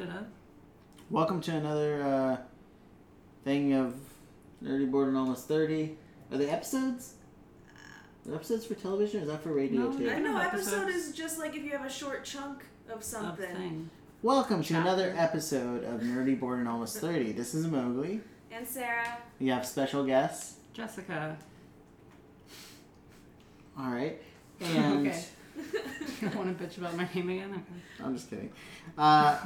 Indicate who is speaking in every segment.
Speaker 1: Dinner?
Speaker 2: Welcome to another uh, thing of Nerdy Board and Almost 30. Are they episodes? Are they episodes for television or is that for radio
Speaker 1: No,
Speaker 2: too?
Speaker 1: Yeah.
Speaker 3: I know
Speaker 1: Episodes.
Speaker 3: episode is just like if you have a short chunk of
Speaker 1: Of
Speaker 3: something.
Speaker 1: thing.
Speaker 2: Welcome to
Speaker 1: Chapter.
Speaker 2: another episode of Nerdy Board and Almost 30. This is Mowgli.
Speaker 3: And Sarah,
Speaker 2: We have special guests.
Speaker 1: Jessica.
Speaker 2: All right. And
Speaker 1: Okay. You don't want to bitch about my name again? Okay.
Speaker 2: I'm just kidding. Uh,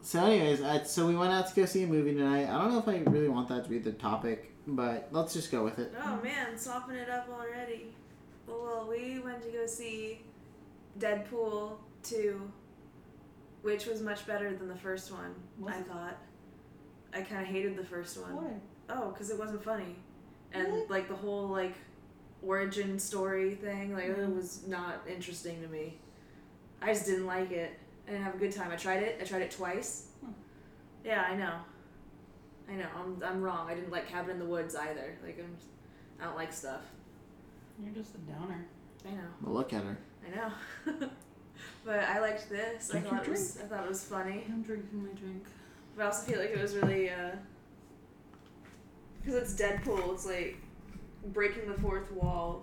Speaker 2: so, anyways, I, so we went out to go see a movie tonight. I don't know if I really want that to be the topic, but let's just go with it.
Speaker 1: Mm-hmm.
Speaker 3: oh man, soften it up already. Well, well, we went to go see Deadpool 2, which was much better than the first one,
Speaker 1: Was
Speaker 3: I
Speaker 1: it?
Speaker 3: thought. I kind of hated the first one. Oh, because it wasn't funny. And
Speaker 1: Really?
Speaker 3: like the whole like origin story thing, like it
Speaker 1: Mhm.
Speaker 3: was not interesting to me. I just didn't like it. I didn't have a good time. I tried it. I tried it twice.
Speaker 1: Hmm.
Speaker 3: Yeah, I know. I know. I'm I'm wrong. I didn't like Cabin in the Woods either. Like I'm, I don't like stuff.
Speaker 1: You're just a downer.
Speaker 3: I know.
Speaker 2: Well, look at her.
Speaker 3: I know. but I liked this. I
Speaker 1: Drink your
Speaker 3: thought it was I thought it was funny.
Speaker 1: I'm drinking my drink.
Speaker 3: But I also feel like it was really, uh, because it's Deadpool, it's like breaking the fourth wall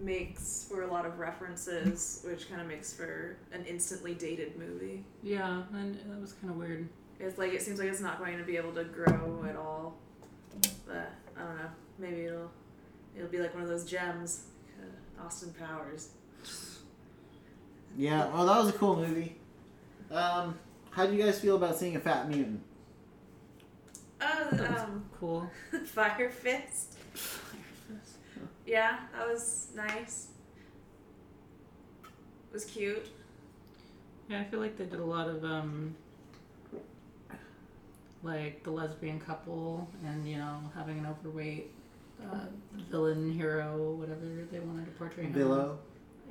Speaker 3: makes for a lot of references, which kind of makes for an instantly dated movie.
Speaker 1: Yeah, and that was kind of weird.
Speaker 3: It's like, it seems like it's not going to be able to grow at all. But I don't know. Maybe it'll it'll be like one of those gems, uh, Austin Powers.
Speaker 2: Yeah, well, that was a cool movie. Um, how do you guys feel about seeing a fat mutant?
Speaker 3: Oh,
Speaker 1: That was
Speaker 3: the, um,
Speaker 1: cool.
Speaker 3: Fire Fist. Yeah, that was nice. It was cute.
Speaker 1: Yeah, I feel like they did a lot of um, like the lesbian couple, and you know, having an overweight uh, villain hero, whatever they wanted to portray. him as.
Speaker 2: Billow.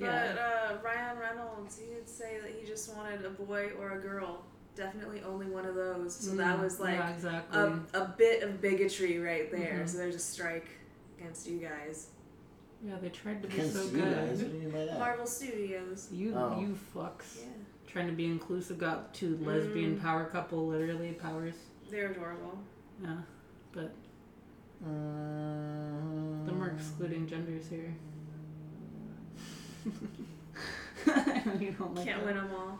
Speaker 1: Yeah.
Speaker 3: But uh, Ryan Reynolds, he did say that he just wanted a boy or a girl. Definitely only one of those. So that
Speaker 1: Mm,
Speaker 3: was like
Speaker 1: yeah, exactly.
Speaker 3: a, a bit of bigotry right there.
Speaker 1: Mhm.
Speaker 3: So there's a strike against you guys.
Speaker 1: yeah, they tried to be
Speaker 2: Against
Speaker 1: so
Speaker 2: you guys. What
Speaker 1: good.
Speaker 2: do you mean by that?
Speaker 3: Marvel Studios.
Speaker 1: You
Speaker 2: Oh.
Speaker 1: you fucks.
Speaker 3: Yeah.
Speaker 1: trying to be inclusive got two lesbian
Speaker 3: Mm.
Speaker 1: power couple literally powers
Speaker 3: They're adorable.
Speaker 1: yeah but
Speaker 2: Um,
Speaker 1: then
Speaker 3: Mm.
Speaker 1: we're excluding genders here I know you don't like
Speaker 3: Can't
Speaker 1: that.
Speaker 3: win them all.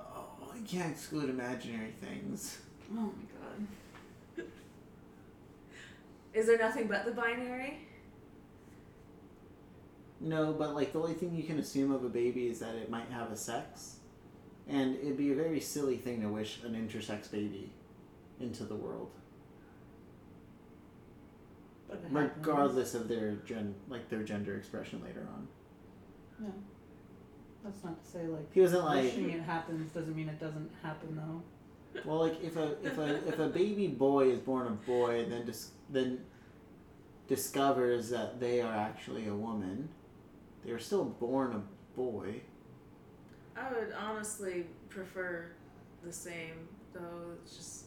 Speaker 2: Oh, you can't exclude imaginary things.
Speaker 1: oh my god
Speaker 3: Is there nothing but the binary?
Speaker 2: No, but like the only thing you can assume of a baby is that it might have a sex, and it'd be a very silly thing to wish an intersex baby into the world,
Speaker 1: But it happens.
Speaker 2: regardless of their gen, like their gender expression later on.
Speaker 1: yeah. that's not to say like
Speaker 2: He wasn't like
Speaker 1: wishing it happens doesn't mean it doesn't happen though
Speaker 2: Well, like if a if a if a baby boy is born a boy, then dis- then discovers that they are actually a woman, they are still born a boy.
Speaker 3: I would honestly prefer the same, though. It's just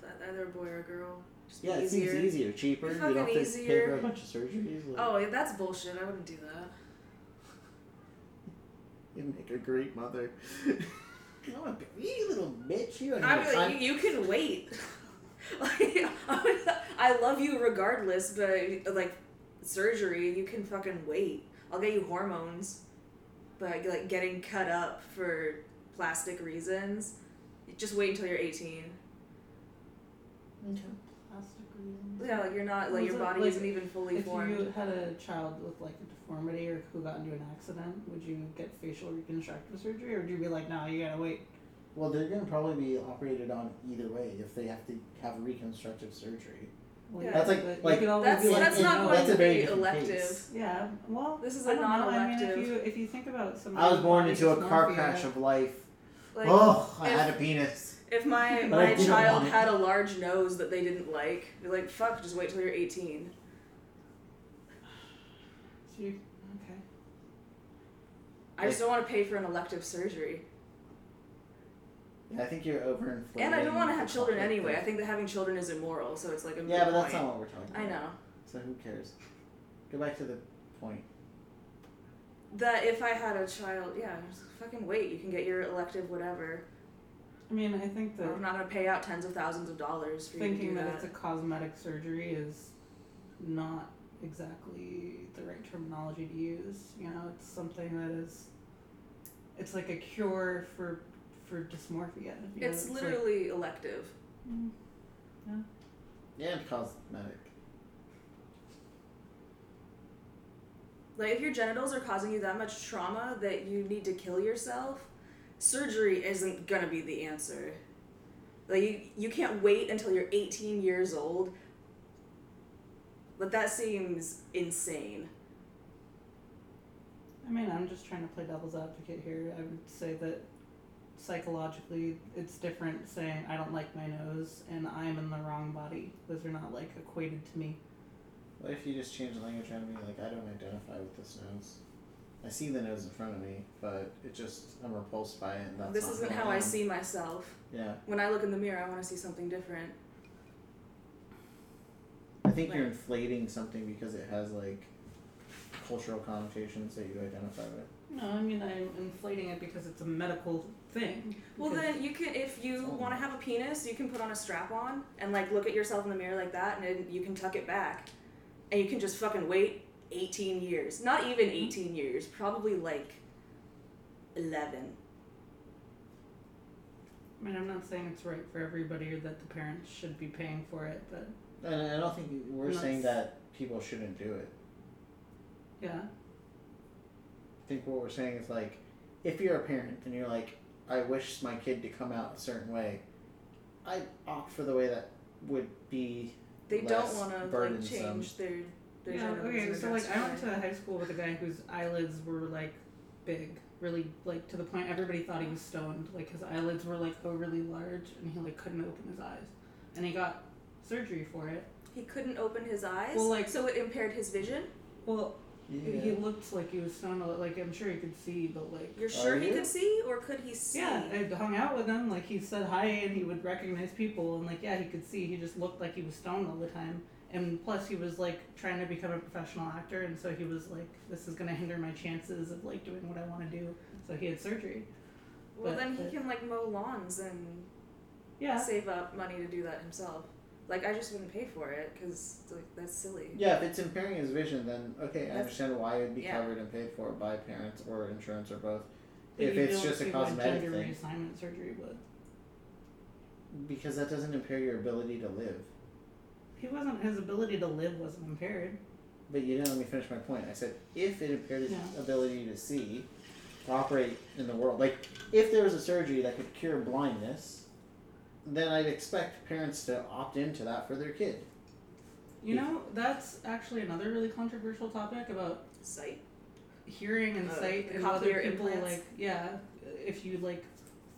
Speaker 3: that either a boy or a girl. Just be
Speaker 2: Yeah, it
Speaker 3: easier.
Speaker 2: seems easier, cheaper. You don't have to
Speaker 3: Fucking
Speaker 2: pay for
Speaker 3: easier.
Speaker 2: a bunch of surgeries. Like,
Speaker 3: Oh, yeah, that's bullshit. I wouldn't do that.
Speaker 2: You'd make a great mother. I'm a b- you little bitch. You don't
Speaker 3: I
Speaker 2: have
Speaker 3: mean,
Speaker 2: time.
Speaker 3: like, you, you can wait. like, I love you regardless, but like surgery, you can fucking wait. I'll get you hormones, but like getting cut up for plastic reasons, just wait until you're 18.
Speaker 1: plastic reasons
Speaker 3: Yeah, like you're not like
Speaker 1: Was
Speaker 3: your
Speaker 1: it,
Speaker 3: body
Speaker 1: like,
Speaker 3: isn't even fully
Speaker 1: if
Speaker 3: formed.
Speaker 1: you had a child with like a deformity or who got into an accident would you get facial reconstructive surgery or would you be like no you gotta wait
Speaker 2: Well, they're gonna probably be operated on either way if they have to have reconstructive surgery.
Speaker 1: Well, yeah,
Speaker 3: That's
Speaker 2: like-
Speaker 1: but you
Speaker 2: like-
Speaker 1: could always
Speaker 3: That's
Speaker 1: be like,
Speaker 3: that's
Speaker 1: you
Speaker 3: not
Speaker 1: know,
Speaker 3: going
Speaker 2: that's a
Speaker 3: to
Speaker 2: very
Speaker 3: be
Speaker 2: different
Speaker 3: elective.
Speaker 2: case.
Speaker 1: Yeah, well,
Speaker 3: This is
Speaker 1: I
Speaker 3: a
Speaker 1: don't know. I mean, if
Speaker 3: non-elective.
Speaker 1: you if you think about somebody,
Speaker 2: I was born
Speaker 1: with
Speaker 2: into a
Speaker 1: body
Speaker 2: car
Speaker 1: dysmorphia,
Speaker 2: crash of life.
Speaker 3: Like,
Speaker 2: oh, I
Speaker 3: if-
Speaker 2: had a penis.
Speaker 3: If my
Speaker 2: But I
Speaker 3: my
Speaker 2: didn't
Speaker 3: child
Speaker 2: want it.
Speaker 3: had a large nose that they didn't like, be like, fuck, just wait till you're 18.
Speaker 1: so you- okay.
Speaker 3: I just don't want to pay for an elective surgery.
Speaker 2: I think you're overinflating.
Speaker 3: And I don't want to have
Speaker 2: the
Speaker 3: children
Speaker 2: topic
Speaker 3: anyway.
Speaker 2: there.
Speaker 3: I think that having children is immoral, so it's like a
Speaker 2: Yeah, but
Speaker 3: moot
Speaker 2: that's
Speaker 3: point.
Speaker 2: not what we're talking about.
Speaker 3: I know.
Speaker 2: So who cares? Go back to the point.
Speaker 3: that if I had a child, yeah, just fucking wait. You can get your elective whatever.
Speaker 1: I mean, I think that
Speaker 3: I'm not gonna pay out tens of thousands of dollars for you to
Speaker 1: thinking
Speaker 3: do
Speaker 1: that,
Speaker 3: that.
Speaker 1: it's a cosmetic surgery is not exactly the right terminology to use. You know, it's something that is. It's like a cure for for dysmorphia. you know,
Speaker 3: it's
Speaker 1: like-
Speaker 3: literally elective.
Speaker 1: Mm,
Speaker 2: and cosmetic.
Speaker 3: Like if your genitals are causing you that much trauma that you need to kill yourself, surgery isn't gonna be the answer. Like you, you can't wait until you're 18 years old. But that seems insane.
Speaker 1: I mean, I'm just trying to play devil's advocate here. I would say that psychologically, it's different saying I don't like my nose and I'm in the wrong body. Those are not like equated to me.
Speaker 2: What if you just change the language around me? Like, I don't identify with this nose. I see the nose in front of me, but it just I'm repulsed by it. And that's
Speaker 3: this
Speaker 2: not
Speaker 3: isn't
Speaker 2: who
Speaker 3: how I
Speaker 2: am.
Speaker 3: see myself.
Speaker 2: Yeah,
Speaker 3: When I look in the mirror, I want to see something different.
Speaker 2: I think you're
Speaker 3: Like-
Speaker 2: inflating something because it has like cultural connotations that you identify with.
Speaker 1: No, I mean I'm inflating it because it's a medical thing.
Speaker 3: Well,
Speaker 1: Because-
Speaker 3: then you can, if you
Speaker 2: Oh.
Speaker 3: want to have a penis, you can put on a strap on and like look at yourself in the mirror like that, and then you can tuck it back, and you can just fucking wait eighteen years. Not even
Speaker 2: Mm-hmm.
Speaker 3: eighteen years, probably like eleven.
Speaker 1: I mean, I'm not saying it's right for everybody or that the parents should be paying for it, but
Speaker 2: And I don't think we're
Speaker 1: Nuts.
Speaker 2: saying that people shouldn't do it.
Speaker 1: yeah.
Speaker 2: I think what we're saying is like, if you're a parent and you're like, I wish my kid to come out a certain way, I opt for the way that would be.
Speaker 3: They
Speaker 2: less
Speaker 3: don't want to like
Speaker 2: burdensome.
Speaker 3: change their their
Speaker 1: Yeah,
Speaker 3: genitals
Speaker 1: okay,
Speaker 3: or
Speaker 1: so like I went
Speaker 3: gestures.
Speaker 1: to high school with a guy whose eyelids were like big, really like to the point everybody thought he was stoned. Like his eyelids were like overly large and he like couldn't open his eyes. And he got surgery for it.
Speaker 3: He couldn't open his eyes,
Speaker 1: Well, like-
Speaker 3: so it impaired his vision.
Speaker 1: Well,
Speaker 2: Yeah.
Speaker 1: he looked like he was stoned. a lot- Like I'm sure he could see, but like
Speaker 3: You're sure he
Speaker 2: you?
Speaker 3: could see, or could he see?
Speaker 1: yeah, I hung out with him. Like he said hi and he would recognize people and like yeah, he could see. He just looked like he was stoned all the time. And plus, he was like trying to become a professional actor, and so he was like, "This is gonna hinder my chances of like doing what I want to do." So he had surgery.
Speaker 3: well,
Speaker 1: but-
Speaker 3: then he
Speaker 1: but-
Speaker 3: can like mow lawns and
Speaker 1: Yeah.
Speaker 3: save up money to do that himself. Like I just wouldn't pay for it because like that's silly.
Speaker 2: Yeah, if it's impairing his vision, then okay, I
Speaker 3: That's-
Speaker 2: understand why it'd be
Speaker 3: yeah.
Speaker 2: covered and paid for by parents or insurance or both.
Speaker 1: But
Speaker 2: if
Speaker 1: you
Speaker 2: it's
Speaker 1: don't
Speaker 2: just a
Speaker 1: see what
Speaker 2: cosmetic
Speaker 1: gender
Speaker 2: thing,
Speaker 1: reassignment surgery would.
Speaker 2: because that doesn't impair your ability to live.
Speaker 1: He wasn't his ability to live wasn't impaired.
Speaker 2: But you didn't let me finish my point. I said if it impaired his
Speaker 1: Yeah.
Speaker 2: ability to see, to operate in the world, like if there was a surgery that could cure blindness, then I'd expect parents to opt into that for their kid.
Speaker 1: You
Speaker 2: Yeah.
Speaker 1: know, that's actually another really controversial topic about
Speaker 3: Sight.
Speaker 1: hearing and
Speaker 3: Uh,
Speaker 1: sight and
Speaker 3: cochlear
Speaker 1: whether people
Speaker 3: implants?
Speaker 1: like yeah, if you like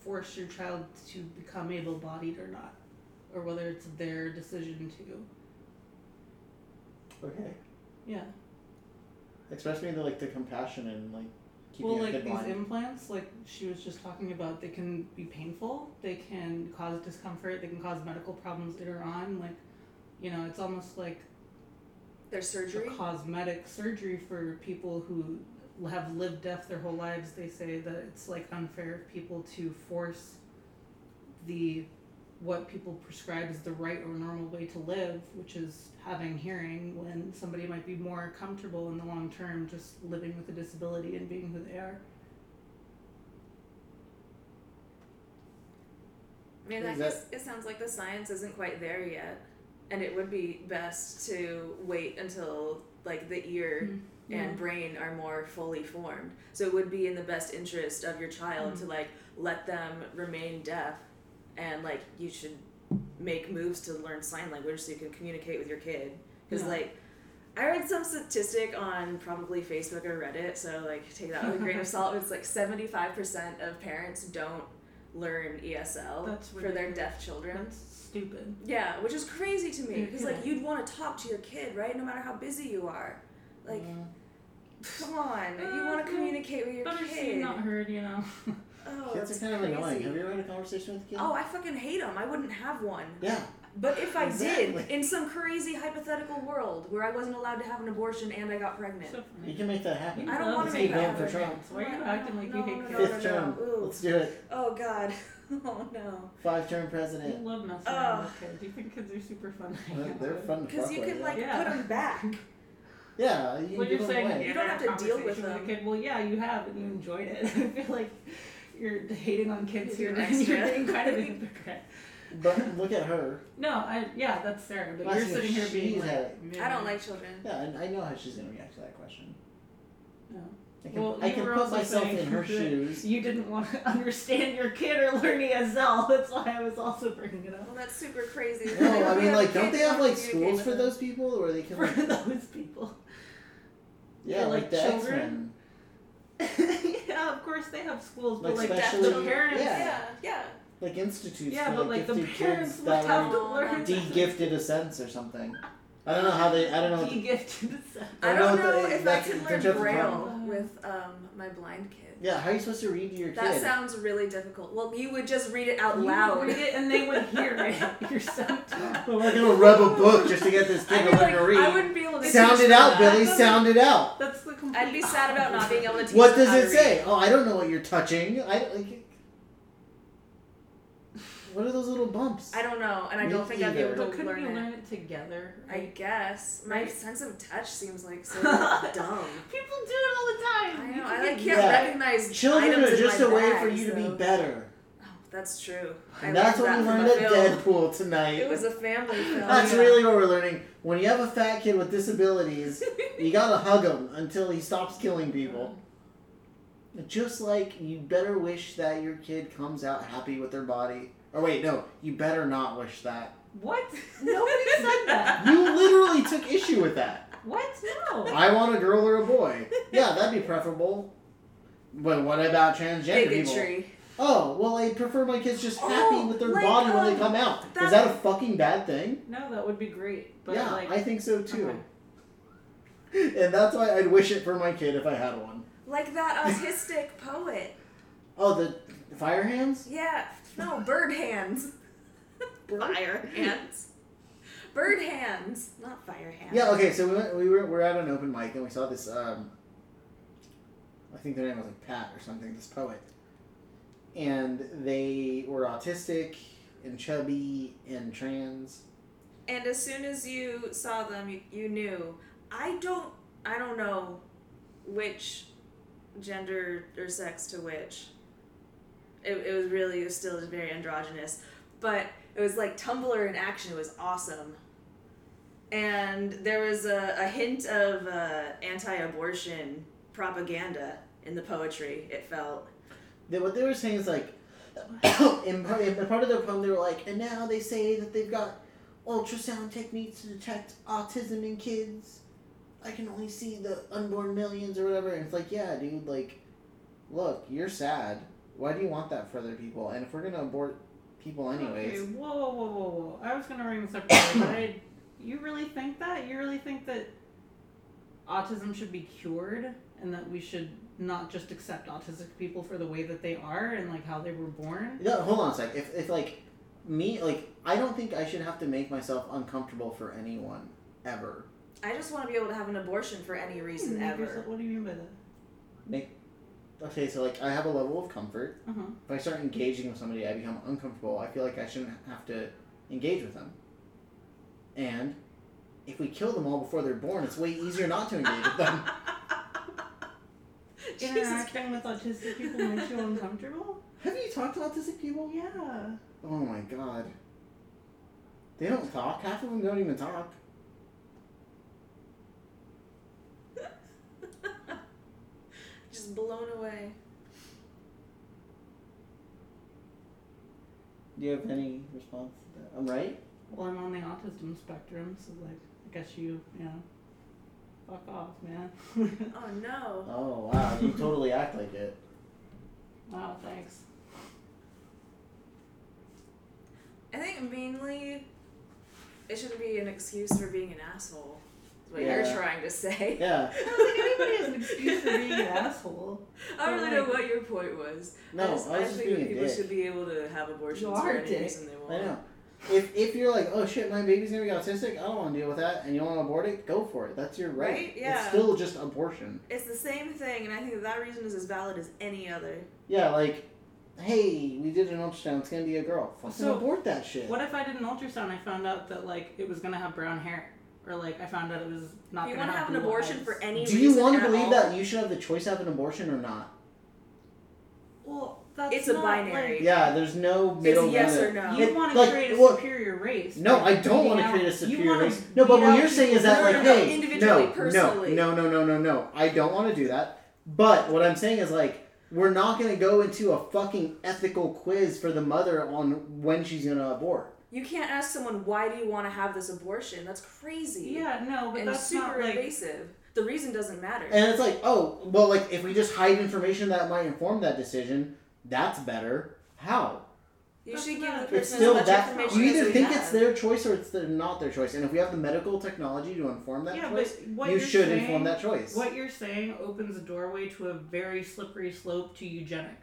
Speaker 1: force your child to become able bodied or not. Or whether it's their decision to.
Speaker 2: Okay.
Speaker 1: Yeah.
Speaker 2: Especially the like the compassion and like keeping
Speaker 1: well
Speaker 2: a
Speaker 1: like
Speaker 2: kid
Speaker 1: these
Speaker 2: blind.
Speaker 1: implants, like she was just talking about, they can be painful, they can cause discomfort, they can cause medical problems later on, like you know, it's almost like
Speaker 3: Their
Speaker 1: for
Speaker 3: surgery.
Speaker 1: cosmetic surgery for people who have lived deaf their whole lives. They say that it's like unfair of people to force the what people prescribe as the right or normal way to live, which is having hearing, when somebody might be more comfortable in the long term just living with a disability and being who they are.
Speaker 3: I mean, I
Speaker 2: Is
Speaker 3: guess it sounds like the science isn't quite there yet, and it would be best to wait until like the ear Mm-hmm. and brain are more fully formed. So it would be in the best interest of your child
Speaker 1: Mm.
Speaker 3: to like let them remain deaf, and like you should make moves to learn sign language so you can communicate with your kid. Because
Speaker 1: Yeah.
Speaker 3: like, I read some statistic on probably Facebook or Reddit, so like take that with a grain of salt. It's like seventy five percent of parents don't learn ESL
Speaker 1: That's
Speaker 3: for their
Speaker 1: ridiculous.
Speaker 3: deaf children.
Speaker 1: That's stupid.
Speaker 3: Yeah, which is crazy to me
Speaker 1: Yeah,
Speaker 3: because like
Speaker 1: yeah.
Speaker 3: you'd want to talk to your kid, right? No matter how busy you are, like.
Speaker 2: Yeah.
Speaker 3: Come on, you
Speaker 1: Uh,
Speaker 3: want
Speaker 1: no.
Speaker 3: to communicate with your
Speaker 1: Better
Speaker 3: kid.
Speaker 1: seen, not heard, you know.
Speaker 3: Oh,
Speaker 2: kids
Speaker 3: it's
Speaker 2: are kind of
Speaker 3: crazy.
Speaker 2: annoying. Have you ever had a conversation with a kid?
Speaker 3: Oh, I fucking hate them. I wouldn't have one.
Speaker 2: Yeah.
Speaker 3: But if I did,
Speaker 2: Exactly.
Speaker 3: in some crazy hypothetical world where I wasn't allowed to have an abortion and I got pregnant,
Speaker 1: So
Speaker 2: You can make that happen.
Speaker 3: I don't
Speaker 1: love
Speaker 3: wanna
Speaker 1: to
Speaker 3: make that
Speaker 2: for
Speaker 1: happen.
Speaker 2: Trump.
Speaker 1: Why are you
Speaker 3: No,
Speaker 1: acting like you
Speaker 3: no,
Speaker 1: hate
Speaker 3: no,
Speaker 1: kids?
Speaker 2: Fifth
Speaker 3: no,
Speaker 2: term.
Speaker 3: ooh.
Speaker 2: Let's do it.
Speaker 3: oh god, oh no,
Speaker 2: Five term
Speaker 1: You
Speaker 2: president.
Speaker 1: love messing
Speaker 3: Ugh.
Speaker 1: around with kids. You think kids are super fun. to hang
Speaker 2: They're-
Speaker 1: out
Speaker 2: They're
Speaker 1: with.
Speaker 2: fun to
Speaker 3: because
Speaker 2: fuck
Speaker 3: you
Speaker 2: with.
Speaker 3: could like put
Speaker 1: Yeah.
Speaker 3: 'em put them back.
Speaker 2: yeah, you can
Speaker 1: What
Speaker 2: give
Speaker 1: you're
Speaker 2: them
Speaker 1: saying,
Speaker 2: away.
Speaker 1: you
Speaker 3: You don't
Speaker 1: had
Speaker 3: have
Speaker 1: a
Speaker 3: to deal with
Speaker 1: conversation
Speaker 3: them. Mm.
Speaker 1: a kid. Well, yeah, you have, and you enjoyed it. I feel like you're hating on kids here.
Speaker 3: You're
Speaker 1: and You're
Speaker 3: extra.
Speaker 1: being kind of a hypocrite.
Speaker 2: But look at her.
Speaker 1: No, I yeah, that's Sarah. But
Speaker 2: Last
Speaker 1: you're
Speaker 2: year
Speaker 1: sitting here being
Speaker 2: she's
Speaker 1: like,
Speaker 2: had-
Speaker 1: "Man."
Speaker 3: I don't like children.
Speaker 2: Yeah, and I know how she's gonna react to that question.
Speaker 1: No.
Speaker 2: I can,
Speaker 1: Well,
Speaker 2: I
Speaker 1: you
Speaker 2: can
Speaker 1: were
Speaker 2: put
Speaker 1: also
Speaker 2: myself
Speaker 1: saying
Speaker 2: in her
Speaker 1: that-
Speaker 2: shoes.
Speaker 1: You didn't want to understand your kid or learning Azel. That's why I was also bringing it up.
Speaker 3: Well, that's super crazy. They
Speaker 2: No, I
Speaker 3: don't
Speaker 2: mean
Speaker 3: have
Speaker 2: like, don't
Speaker 3: kids
Speaker 2: they have
Speaker 3: who
Speaker 2: like
Speaker 3: communicate
Speaker 2: schools
Speaker 3: with
Speaker 2: for
Speaker 3: them.
Speaker 2: those people where they can
Speaker 1: For
Speaker 2: like,
Speaker 1: those people.
Speaker 2: yeah,
Speaker 1: for,
Speaker 2: like,
Speaker 1: like,
Speaker 2: the X
Speaker 1: children?
Speaker 2: Men.
Speaker 1: yeah, of course they have schools, but
Speaker 2: Like
Speaker 1: like, that's
Speaker 2: special-
Speaker 1: the parents.
Speaker 2: yeah.
Speaker 3: Yeah, yeah.
Speaker 2: like institutes
Speaker 1: Yeah,
Speaker 2: for
Speaker 1: but like
Speaker 2: like,
Speaker 1: the
Speaker 2: gifted
Speaker 1: parents
Speaker 2: kids
Speaker 1: would
Speaker 2: that
Speaker 1: have
Speaker 2: are
Speaker 1: to
Speaker 3: Oh,
Speaker 1: learn.
Speaker 3: no.
Speaker 2: de-gifted a sense or something. I don't know how they. I don't know. What
Speaker 1: He
Speaker 2: the,
Speaker 1: gifted himself.
Speaker 2: I
Speaker 3: I
Speaker 2: don't
Speaker 3: don't
Speaker 2: know
Speaker 3: know
Speaker 2: what the-
Speaker 3: if I
Speaker 2: that's-
Speaker 3: can
Speaker 2: don't
Speaker 3: learn
Speaker 2: you have to
Speaker 3: Braille
Speaker 1: learn?
Speaker 3: with um, my blind kid.
Speaker 2: yeah, how are you supposed to read to your
Speaker 3: That
Speaker 2: kid?
Speaker 3: sounds really difficult. Well, you would just read it out
Speaker 1: You would
Speaker 3: loud.
Speaker 1: read it and they would hear it. You're so dumb.
Speaker 2: I'm not gonna rub a book just to get this kid to
Speaker 3: I, mean,
Speaker 2: learn
Speaker 3: like,
Speaker 2: to read.
Speaker 3: I wouldn't be able to.
Speaker 2: sound
Speaker 3: teach
Speaker 2: it out,
Speaker 3: them
Speaker 2: Billy.
Speaker 3: that.
Speaker 2: Sound it out.
Speaker 1: That's the complete.
Speaker 3: I'd be sad about not being able to teach.
Speaker 2: What
Speaker 3: them
Speaker 2: does
Speaker 3: how to
Speaker 2: it say? Oh, I don't know what you're touching. I like. What are those little bumps?
Speaker 3: read. I don't know, and I
Speaker 2: Me
Speaker 3: don't think I'd be
Speaker 2: either.
Speaker 1: But
Speaker 3: able to
Speaker 1: couldn't
Speaker 3: learn
Speaker 1: you
Speaker 3: it.
Speaker 1: learn it together?
Speaker 3: I guess my
Speaker 1: Right?
Speaker 3: sense of touch seems like so dumb.
Speaker 1: People do it all the
Speaker 3: I
Speaker 1: time. You
Speaker 3: know.
Speaker 1: can
Speaker 3: I
Speaker 1: get
Speaker 3: like can't
Speaker 2: Yeah.
Speaker 3: recognize
Speaker 2: Children
Speaker 3: items
Speaker 2: are just
Speaker 3: in
Speaker 2: a
Speaker 3: my
Speaker 2: way
Speaker 3: bag,
Speaker 2: for you to be
Speaker 3: so-
Speaker 2: better.
Speaker 3: Oh, that's true. I
Speaker 2: And that's what
Speaker 3: learned
Speaker 2: we
Speaker 3: that
Speaker 2: learned
Speaker 3: from
Speaker 2: at
Speaker 3: a film.
Speaker 2: Deadpool tonight.
Speaker 3: It was a family film.
Speaker 2: that's
Speaker 1: yeah.
Speaker 2: really what we're learning. When you have a fat kid with disabilities, you gotta hug him until he stops killing people. Just like you better wish that your kid comes out happy with their body. Or wait, no, you better not wish that.
Speaker 1: What? Nobody said that.
Speaker 2: You literally took issue with that.
Speaker 1: What? No.
Speaker 2: I want a girl or a boy. Yeah, that'd be preferable. But what about transgender people?
Speaker 3: Bigotry.
Speaker 2: Oh, well, I prefer my kids just happy
Speaker 3: Oh,
Speaker 2: with their
Speaker 3: like,
Speaker 2: body when they
Speaker 3: um,
Speaker 2: come out. Is
Speaker 3: that-
Speaker 2: that a fucking bad thing?
Speaker 1: No, that would be great. But
Speaker 2: yeah,
Speaker 1: like,
Speaker 2: I think so too. And that's why I'd wish it for my kid if I had one.
Speaker 3: Like that autistic poet.
Speaker 2: Oh, the fire hands?
Speaker 3: Yeah. No, bird hands. Fire hands. Bird hands, not fire hands.
Speaker 2: Yeah. Okay. So we went, we were, were at an open mic and we saw this. Um, I think their name was like Pat or something. This poet, and they were autistic and chubby and trans.
Speaker 3: And as soon as you saw them, you, you knew. I don't. I don't know which gender or sex to which. It, it was really it was still very androgynous, but it was like Tumblr in action. It was awesome. And there was a, a hint of uh, anti-abortion propaganda in the poetry. It felt.
Speaker 2: They, what they were saying is like, in, part, in part of their poem, they were like, and now they say that they've got ultrasound techniques to detect autism in kids. I can only see the unborn millions or whatever. And it's like, yeah, dude, like, look, you're sad. Why do you want that for other people? And if we're gonna abort people anyways,
Speaker 1: Okay, whoa, whoa, whoa, whoa, whoa. I was gonna ring this up earlier, but I, you really think that? You really think that autism should be cured and that we should not just accept autistic people for the way that they are and like how they were born?
Speaker 2: yeah, hold on a sec. If if like me, like, I don't think I should have to make myself uncomfortable for anyone ever.
Speaker 3: I just want to be able to have an abortion for any reason
Speaker 1: Make
Speaker 3: ever.
Speaker 1: yourself- Mm, What do you mean by that?
Speaker 2: Make okay, so like I have a level of comfort.
Speaker 1: Uh-huh.
Speaker 2: if I start engaging with somebody, I become uncomfortable. I feel like I shouldn't have to engage with them. And if we kill them all before they're born, it's way easier not to engage with them.
Speaker 3: Jesus
Speaker 1: Interacting with autistic people makes you uncomfortable?
Speaker 2: Have you talked to autistic people?
Speaker 1: Yeah.
Speaker 2: Oh my god. They don't talk. Half of them don't even talk.
Speaker 3: Just blown away.
Speaker 2: Do you have any response to that? I'm right?
Speaker 1: Well, I'm on the autism spectrum, so like, I guess you, you know, fuck off, man.
Speaker 3: Oh no.
Speaker 2: Oh wow, you totally act like it.
Speaker 1: wow, thanks.
Speaker 3: I think mainly it shouldn't be an excuse for being an asshole. Is what
Speaker 2: Yeah.
Speaker 3: you're trying to say.
Speaker 2: Yeah.
Speaker 1: I don't think anybody has an excuse for being an asshole.
Speaker 3: I don't
Speaker 1: But,
Speaker 3: really know
Speaker 1: like-
Speaker 3: what your point was.
Speaker 2: No,
Speaker 3: I just,
Speaker 2: I was just
Speaker 3: think
Speaker 2: being
Speaker 3: that
Speaker 2: a
Speaker 3: people
Speaker 2: dick.
Speaker 3: should be able to have abortions
Speaker 1: are
Speaker 3: for
Speaker 1: a
Speaker 3: any
Speaker 1: dick.
Speaker 3: reason they
Speaker 2: I
Speaker 3: want.
Speaker 2: know. If if you're like, oh shit, my baby's gonna be autistic, I don't want to deal with that, and you don't want to abort it, go for it. That's your right.
Speaker 3: Right? Yeah.
Speaker 2: It's still just abortion.
Speaker 3: It's the same thing, and I think that, that reason is as valid as any other.
Speaker 2: Yeah, like, hey, we did an ultrasound. It's gonna be a girl. Fucking
Speaker 1: So,
Speaker 2: abort that shit.
Speaker 1: What if I did an ultrasound? I found out that like it was gonna have brown hair, or like I found out it was not.
Speaker 3: If you
Speaker 1: gonna
Speaker 3: want to have an
Speaker 1: blue
Speaker 3: abortion
Speaker 1: eyes.
Speaker 3: for any
Speaker 2: Do you
Speaker 3: reason
Speaker 2: want to
Speaker 3: at
Speaker 2: believe
Speaker 3: all,
Speaker 2: that you should have the choice to have an abortion or not?
Speaker 1: Well, that's
Speaker 3: It's a
Speaker 1: not,
Speaker 3: binary.
Speaker 1: like-
Speaker 2: Yeah, there's no middle.
Speaker 3: It's yes
Speaker 2: ground
Speaker 3: or
Speaker 2: there.
Speaker 3: no.
Speaker 1: you
Speaker 2: It-
Speaker 1: want to
Speaker 2: like,
Speaker 1: create a
Speaker 2: well,
Speaker 1: superior race.
Speaker 2: No,
Speaker 1: by
Speaker 2: I don't
Speaker 1: beating
Speaker 2: want to
Speaker 1: out-
Speaker 2: create a
Speaker 1: you
Speaker 2: superior
Speaker 1: wanna
Speaker 2: race. No, but
Speaker 1: beat
Speaker 2: what
Speaker 1: out
Speaker 2: you're saying is
Speaker 1: people-
Speaker 2: that
Speaker 3: No,
Speaker 2: like,
Speaker 3: no, no,
Speaker 2: hey,
Speaker 3: individually,
Speaker 2: no,
Speaker 3: personally.
Speaker 2: no, no, no, no, no, no. I don't want to do that. But what I'm saying is like, we're not going to go into a fucking ethical quiz for the mother on when she's going to abort.
Speaker 3: you can't ask someone why do you want to have this abortion. That's crazy.
Speaker 1: Yeah, no, but
Speaker 3: and
Speaker 1: that's
Speaker 3: super
Speaker 1: not like
Speaker 3: invasive. The reason doesn't matter.
Speaker 2: And it's like, oh, well, like if we just hide information that might inform that decision, that's better. How?
Speaker 3: you
Speaker 1: That's
Speaker 3: should give
Speaker 1: not-
Speaker 3: the
Speaker 1: It's
Speaker 2: It's
Speaker 3: person
Speaker 2: still
Speaker 3: as much
Speaker 2: that.
Speaker 3: information
Speaker 2: You
Speaker 3: as
Speaker 2: either
Speaker 3: we
Speaker 2: think
Speaker 3: have.
Speaker 2: it's their choice or it's their, not their choice. And if we have the medical technology to inform that
Speaker 1: yeah, but
Speaker 2: choice,
Speaker 1: what
Speaker 2: you
Speaker 1: are
Speaker 2: should
Speaker 1: saying,
Speaker 2: inform that choice.
Speaker 1: What you're saying opens a doorway to a very slippery slope to eugenics.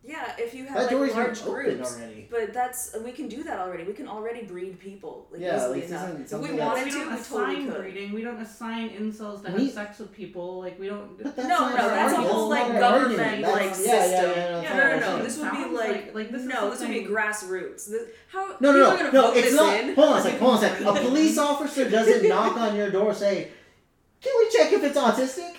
Speaker 3: Yeah, if you have
Speaker 2: that door's
Speaker 3: like,
Speaker 2: been
Speaker 3: large
Speaker 2: open
Speaker 3: groups.
Speaker 2: already.
Speaker 3: But that's we can do that already. We can already breed people like
Speaker 2: Yeah,
Speaker 3: easily
Speaker 2: like, this
Speaker 3: enough.
Speaker 2: isn't
Speaker 3: If we
Speaker 2: something
Speaker 3: wanted
Speaker 1: we
Speaker 3: to,
Speaker 1: don't
Speaker 3: we
Speaker 1: assign
Speaker 3: totally could.
Speaker 1: breeding. We don't assign incels to
Speaker 2: We-
Speaker 1: have sex with people. Like we don't.
Speaker 2: But that's
Speaker 3: No,
Speaker 2: not
Speaker 3: no,
Speaker 2: an
Speaker 1: that's a
Speaker 2: argument.
Speaker 1: whole,
Speaker 2: That's
Speaker 1: like,
Speaker 2: not an argument.
Speaker 1: government,
Speaker 2: That's-
Speaker 1: like,
Speaker 2: yeah, Yeah,
Speaker 3: system.
Speaker 2: yeah, yeah,
Speaker 3: Yeah, no,
Speaker 2: that's
Speaker 3: no,
Speaker 2: not
Speaker 3: no.
Speaker 2: an
Speaker 3: This would be
Speaker 1: Sounds
Speaker 3: like,
Speaker 1: like this is
Speaker 3: no,
Speaker 1: the
Speaker 3: this would be
Speaker 1: thing.
Speaker 3: grassroots. This, how
Speaker 2: No,
Speaker 3: people are
Speaker 2: no, no,
Speaker 3: gonna
Speaker 2: no.
Speaker 3: vote
Speaker 2: It's
Speaker 3: this
Speaker 2: not.
Speaker 3: in?
Speaker 2: Hold on a second. Hold on a second. A
Speaker 1: Like-
Speaker 2: police officer doesn't knock on your door say, "Can we check if it's autistic?"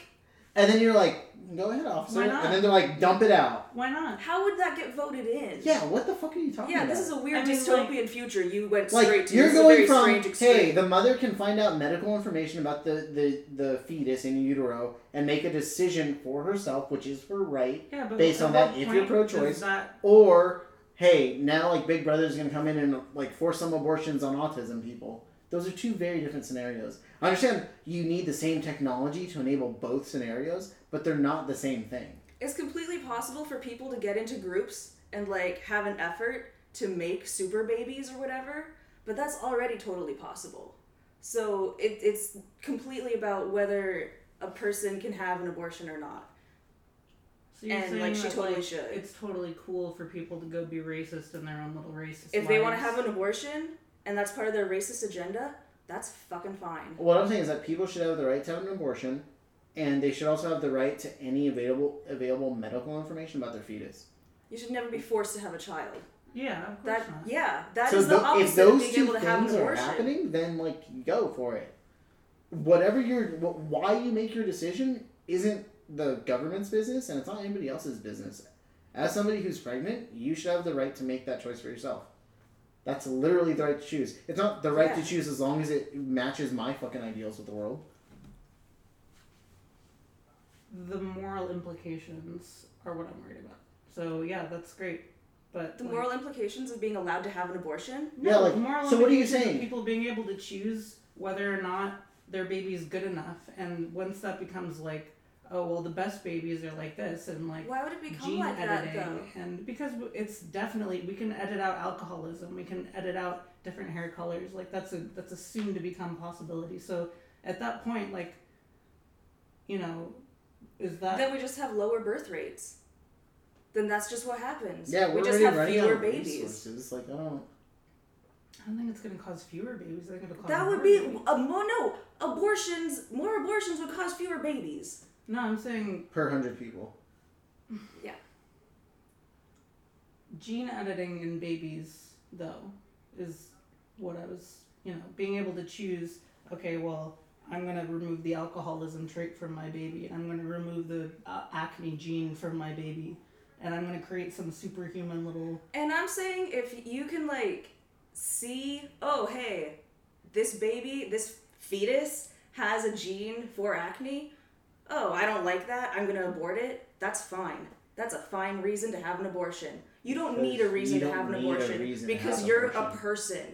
Speaker 2: And then you're like, "Go ahead, officer."
Speaker 1: Why not?
Speaker 2: And then they're like, "Dump it out."
Speaker 1: Why not?
Speaker 3: How would that get voted in?
Speaker 2: Yeah. What the fuck are you talking
Speaker 3: Yeah,
Speaker 2: about?
Speaker 3: this is a weird
Speaker 1: I mean,
Speaker 3: dystopian future. You went straight
Speaker 2: like
Speaker 3: to.
Speaker 2: you're
Speaker 3: This is a
Speaker 2: going
Speaker 3: very
Speaker 2: from
Speaker 3: strange extreme.
Speaker 2: hey, the mother can find out medical information about the the the fetus in utero and make a decision for herself, which is her right.
Speaker 1: Yeah, but
Speaker 2: Based
Speaker 1: at
Speaker 2: on that,
Speaker 1: what
Speaker 2: if
Speaker 1: point
Speaker 2: you're pro-choice-
Speaker 1: does that-
Speaker 2: Or hey, now like Big Brother's gonna come in and like force some abortions on autism people. Those are two very different scenarios. I understand you need the same technology to enable both scenarios, but they're not the same thing.
Speaker 3: It's completely possible for people to get into groups and like have an effort to make super babies or whatever, but that's already totally possible. So it, it's completely about whether a person can have an abortion or not.
Speaker 1: so you're
Speaker 3: and,
Speaker 1: saying
Speaker 3: like, she
Speaker 1: that,
Speaker 3: totally
Speaker 1: like,
Speaker 3: should.
Speaker 1: It's totally cool for people to go be racist in their own little racist.
Speaker 3: If they want to
Speaker 1: lives.
Speaker 3: have an abortion and that's part of their racist agenda, that's fucking fine.
Speaker 2: What I'm saying is that people should have the right to have an abortion, and they should also have the right to any available available medical information about their fetus.
Speaker 3: You should never be forced to have a child.
Speaker 1: yeah, of course
Speaker 3: That
Speaker 1: not.
Speaker 3: yeah, that is
Speaker 2: so
Speaker 3: the
Speaker 2: tho-
Speaker 3: opposite
Speaker 2: if those
Speaker 3: of being
Speaker 2: two
Speaker 3: able to have an
Speaker 2: things are
Speaker 3: abortion.
Speaker 2: happening, then like go for it. Whatever your wh- why you make your decision isn't the government's business, and it's not anybody else's business. As somebody who's pregnant, you should have the right to make that choice for yourself. That's literally the right to choose. It's not the right
Speaker 3: Yeah.
Speaker 2: to choose as long as it matches my fucking ideals with the world.
Speaker 1: the moral implications are what I'm worried about. So yeah, that's great, but
Speaker 3: The
Speaker 1: like,
Speaker 3: moral implications of being allowed to have an abortion.
Speaker 1: no,
Speaker 2: Yeah, like,
Speaker 1: the moral
Speaker 2: so what are you
Speaker 1: implications of
Speaker 2: saying?
Speaker 1: People being able to choose whether or not their baby's good enough, and once that becomes like, oh well, the best babies are like this, and like
Speaker 3: Why would it become
Speaker 1: gene
Speaker 3: like
Speaker 1: editing,
Speaker 3: that though?
Speaker 1: and because w- it's definitely we can edit out alcoholism, we can edit out different hair colors, like that's a that's a soon to become possibility. So at that point, like, you know, is that
Speaker 3: then we just have lower birth rates. Then that's just what happens.
Speaker 2: Yeah,
Speaker 3: we
Speaker 2: we're
Speaker 3: just
Speaker 2: already
Speaker 3: have
Speaker 2: running
Speaker 3: fewer
Speaker 2: out of
Speaker 3: babies.
Speaker 2: resources. Like I don't.
Speaker 1: I don't think it's going to cause fewer babies. I think it'll cause
Speaker 3: That
Speaker 1: more
Speaker 3: would be
Speaker 1: babies.
Speaker 3: a mo- no abortions. More abortions would cause fewer babies.
Speaker 1: No, I'm saying
Speaker 2: per hundred people.
Speaker 1: gene editing in babies, though, is what I was, you know, being able to choose, okay, well, I'm going to remove the alcoholism trait from my baby. I'm going to remove the uh, acne gene from my baby. And I'm going to create some superhuman little.
Speaker 3: And I'm saying if you can like see, oh hey, this baby, this fetus has a gene for acne. Oh, I don't like that. I'm gonna abort it. That's fine. That's a fine reason to have an abortion. You don't need a
Speaker 2: Because
Speaker 3: reason
Speaker 2: you
Speaker 3: to
Speaker 2: don't
Speaker 3: have an
Speaker 2: need a
Speaker 3: abortion
Speaker 2: reason to
Speaker 3: because
Speaker 2: have an
Speaker 3: you're a
Speaker 2: abortion.
Speaker 3: person.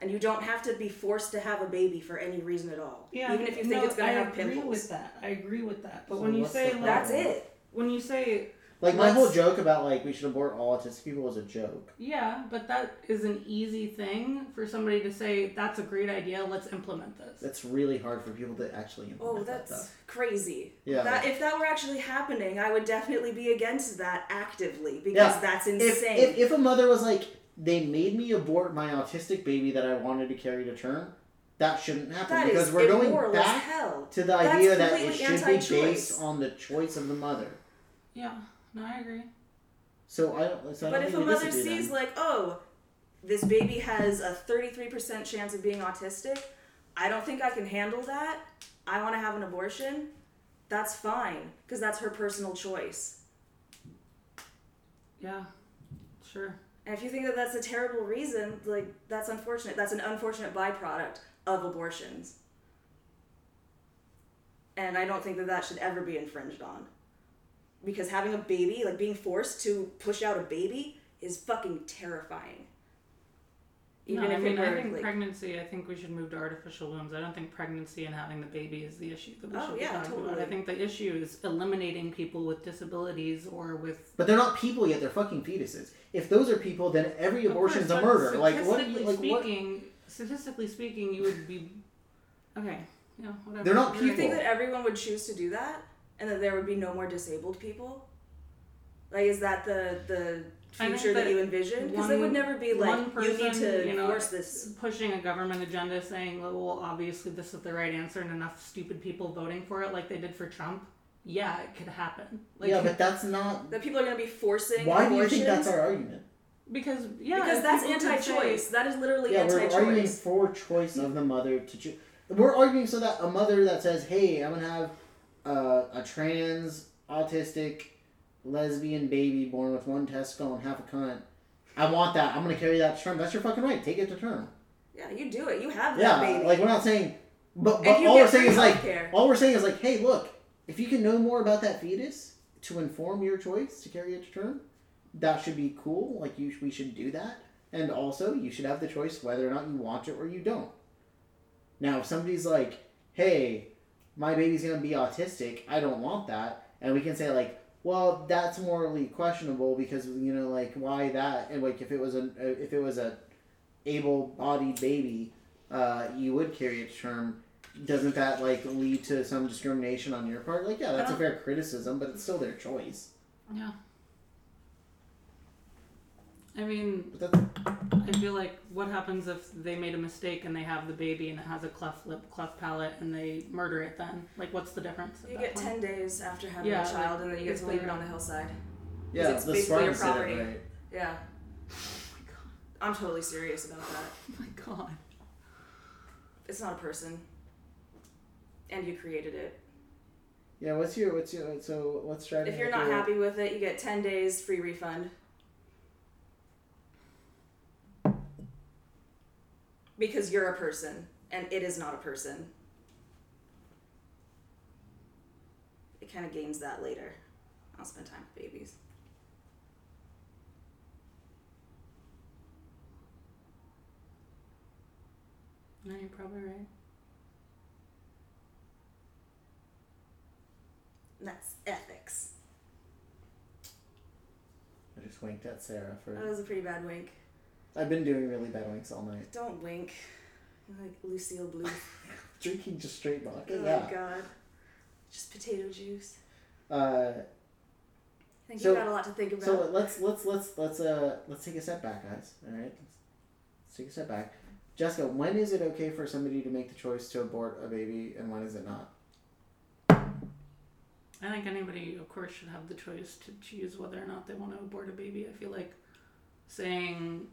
Speaker 3: And you don't have to be forced to have a baby for any reason at all. Even if you think
Speaker 1: no,
Speaker 3: it's gonna
Speaker 1: I
Speaker 3: have
Speaker 1: agree
Speaker 3: pimples.
Speaker 1: with that. I agree with that. But
Speaker 2: So
Speaker 1: when you
Speaker 2: what's
Speaker 1: say
Speaker 2: the
Speaker 1: like,
Speaker 3: That's it.
Speaker 1: when you say
Speaker 2: Like my
Speaker 3: Let's-
Speaker 2: whole joke about like we should abort all autistic people was a joke.
Speaker 1: Yeah, but that is an easy thing for somebody to say, that's a great idea, let's implement this.
Speaker 2: That's really hard for people to actually implement
Speaker 3: Oh,
Speaker 2: that
Speaker 3: that's
Speaker 2: stuff.
Speaker 3: crazy.
Speaker 2: Yeah.
Speaker 3: That if that were actually happening, I would definitely be against that actively because
Speaker 2: Yeah.
Speaker 3: that's
Speaker 2: if,
Speaker 3: insane.
Speaker 2: if, if a mother was like, they made me abort my autistic baby that I wanted to carry to term. That shouldn't happen
Speaker 3: That
Speaker 2: because
Speaker 3: is
Speaker 2: we're going
Speaker 3: immoral as
Speaker 2: back
Speaker 3: hell.
Speaker 2: to the
Speaker 3: That's
Speaker 2: idea that it
Speaker 3: completely
Speaker 2: should be
Speaker 3: anti-choice.
Speaker 2: based on the choice of the mother.
Speaker 1: Yeah. No, I agree.
Speaker 2: So I don't. So I
Speaker 3: But
Speaker 2: don't
Speaker 3: if a
Speaker 2: think we
Speaker 3: mother
Speaker 2: disagree
Speaker 3: sees
Speaker 2: then.
Speaker 3: like, oh, this baby has a 33% chance of being autistic, I don't think I can handle that. I want to have an abortion. That's fine because that's her personal choice.
Speaker 1: Yeah. Sure.
Speaker 3: And if you think that that's a terrible reason, like that's unfortunate. That's an unfortunate byproduct of abortions. And I don't think that that should ever be infringed on. Because having a baby, like being forced to push out a baby, is fucking terrifying. Even
Speaker 1: no,
Speaker 3: if
Speaker 1: I mean,
Speaker 3: it were,
Speaker 1: I think
Speaker 3: like,
Speaker 1: pregnancy. I think we should move to artificial wombs. I don't think pregnancy and having the baby is the issue that we
Speaker 3: Oh,
Speaker 1: should be
Speaker 3: yeah,
Speaker 1: talking about. I
Speaker 3: totally.
Speaker 1: think the issue is eliminating people with disabilities or with.
Speaker 2: But they're not people yet; they're fucking fetuses. If those are people, then every abortion's a murder. Like what? do you- Like
Speaker 1: statistically
Speaker 2: what?
Speaker 1: speaking, statistically speaking, you would be. Okay. Yeah. Whatever.
Speaker 2: They're not
Speaker 1: You're
Speaker 3: Do you
Speaker 1: right.
Speaker 3: think that everyone would choose to do that, and that there would be no more disabled people? Like, is that the the
Speaker 1: I think
Speaker 3: future that,
Speaker 1: that
Speaker 3: you envision? Because it
Speaker 1: one-
Speaker 3: would never be
Speaker 1: one
Speaker 3: like you need
Speaker 1: person,
Speaker 3: to
Speaker 1: you know,
Speaker 3: force this.
Speaker 1: pushing a government agenda saying, well, obviously this is the right answer and enough stupid people voting for it like they did for Trump. Yeah, it could happen. Like,
Speaker 2: yeah, but that's not.
Speaker 3: That people are going to be forcing.
Speaker 2: Why do you
Speaker 3: abortions?
Speaker 2: think that's our argument?
Speaker 1: because, yeah.
Speaker 3: because
Speaker 1: if
Speaker 3: that's
Speaker 1: people could say-
Speaker 3: anti-choice. that is literally
Speaker 2: Yeah, we're arguing
Speaker 3: anti-choice.
Speaker 2: for choice of the mother to choose. We're arguing so that a mother that says, "Hey, I'm gonna have uh, a trans, autistic, lesbian baby born with one testicle and half a cunt. I want that. I'm gonna carry that to term. That's your fucking right. Take it to term.
Speaker 3: Yeah, you do it. You have
Speaker 2: Yeah,
Speaker 3: that baby.
Speaker 2: like we're not saying, but, but
Speaker 3: and you
Speaker 2: all
Speaker 3: get
Speaker 2: we're saying
Speaker 3: free
Speaker 2: is like,
Speaker 3: healthcare.
Speaker 2: all we're saying is like, hey, look, if you can know more about that fetus to inform your choice to carry it to term, that should be cool. Like you, sh- we should do that, and also you should have the choice whether or not you want it or you don't. Now, if somebody's like, hey, my baby's gonna be autistic, I don't want that, and we can say like. Well, that's morally questionable because you know, like, why that? And like, if it was a if it was a able-bodied baby, uh, you would carry it to term doesn't that like lead to some discrimination on your part? Like, yeah, that's a
Speaker 3: Uh-huh.
Speaker 2: fair criticism, but it's still their choice.
Speaker 1: Yeah. I mean,
Speaker 2: But that's
Speaker 1: I feel like what happens if they made a mistake and they have the baby and it has a cleft lip, cleft palate, and they murder it then? Like, what's the difference? at
Speaker 3: You
Speaker 1: that
Speaker 3: get
Speaker 1: point?
Speaker 3: ten days after having
Speaker 1: Yeah,
Speaker 3: a child,
Speaker 1: like,
Speaker 3: and then you get
Speaker 1: it's
Speaker 3: to leave it
Speaker 1: weird.
Speaker 3: on the hillside.
Speaker 2: yeah,
Speaker 3: it's
Speaker 2: the
Speaker 3: basically your
Speaker 2: Spartans did it
Speaker 3: property.
Speaker 2: right.
Speaker 3: Yeah,
Speaker 1: Oh my god.
Speaker 3: I'm totally serious about that.
Speaker 1: Oh my god.
Speaker 3: It's not a person, and you created it.
Speaker 2: Yeah, what's your what's your so what's driving?
Speaker 3: If you're
Speaker 2: like,
Speaker 3: not
Speaker 2: your-
Speaker 3: happy with it, you get 10 days free refund. Because you're a person and it is not a person. It kind of games that later. I'll spend time with babies.
Speaker 1: No, you're probably right.
Speaker 3: And that's ethics.
Speaker 2: I just winked at Sarah
Speaker 3: That
Speaker 2: for.
Speaker 3: was a pretty bad wink.
Speaker 2: I've been doing really bad winks all night.
Speaker 3: Don't wink. You're Like Lucille Blue.
Speaker 2: Drinking just straight
Speaker 3: Oh
Speaker 2: vodka.
Speaker 3: my
Speaker 2: Yeah.
Speaker 3: god. Just potato juice.
Speaker 2: Uh,
Speaker 3: I think
Speaker 2: So-
Speaker 3: you've got a lot to think about.
Speaker 2: so let's let's let's let's uh let's take a step back, guys. All right, let's, let's take a step back. Jessica, when is it okay for somebody to make the choice to abort a baby, and when is it not?
Speaker 1: I think anybody, of course, should have the choice to choose whether or not they want to abort a baby. I feel like saying,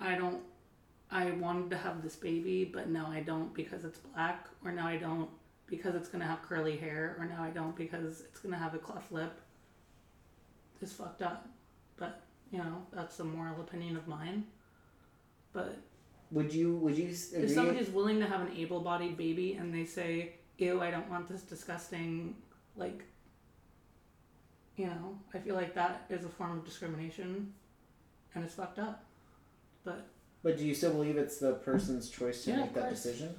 Speaker 1: I don't, I wanted to have this baby, but now I don't because it's black, or now I don't because it's going to have curly hair, or now I don't because it's going to have a cleft lip is fucked up. But, you know, that's a moral opinion of mine. But
Speaker 2: Would you would you s- agree?
Speaker 1: if somebody's willing to have an able-bodied baby and they say ew i don't want this disgusting like you know i feel like that is a form of discrimination and it's fucked up but
Speaker 2: But do you still believe it's the person's choice to
Speaker 1: Yeah,
Speaker 2: make
Speaker 1: of
Speaker 2: that
Speaker 1: course.
Speaker 2: decision?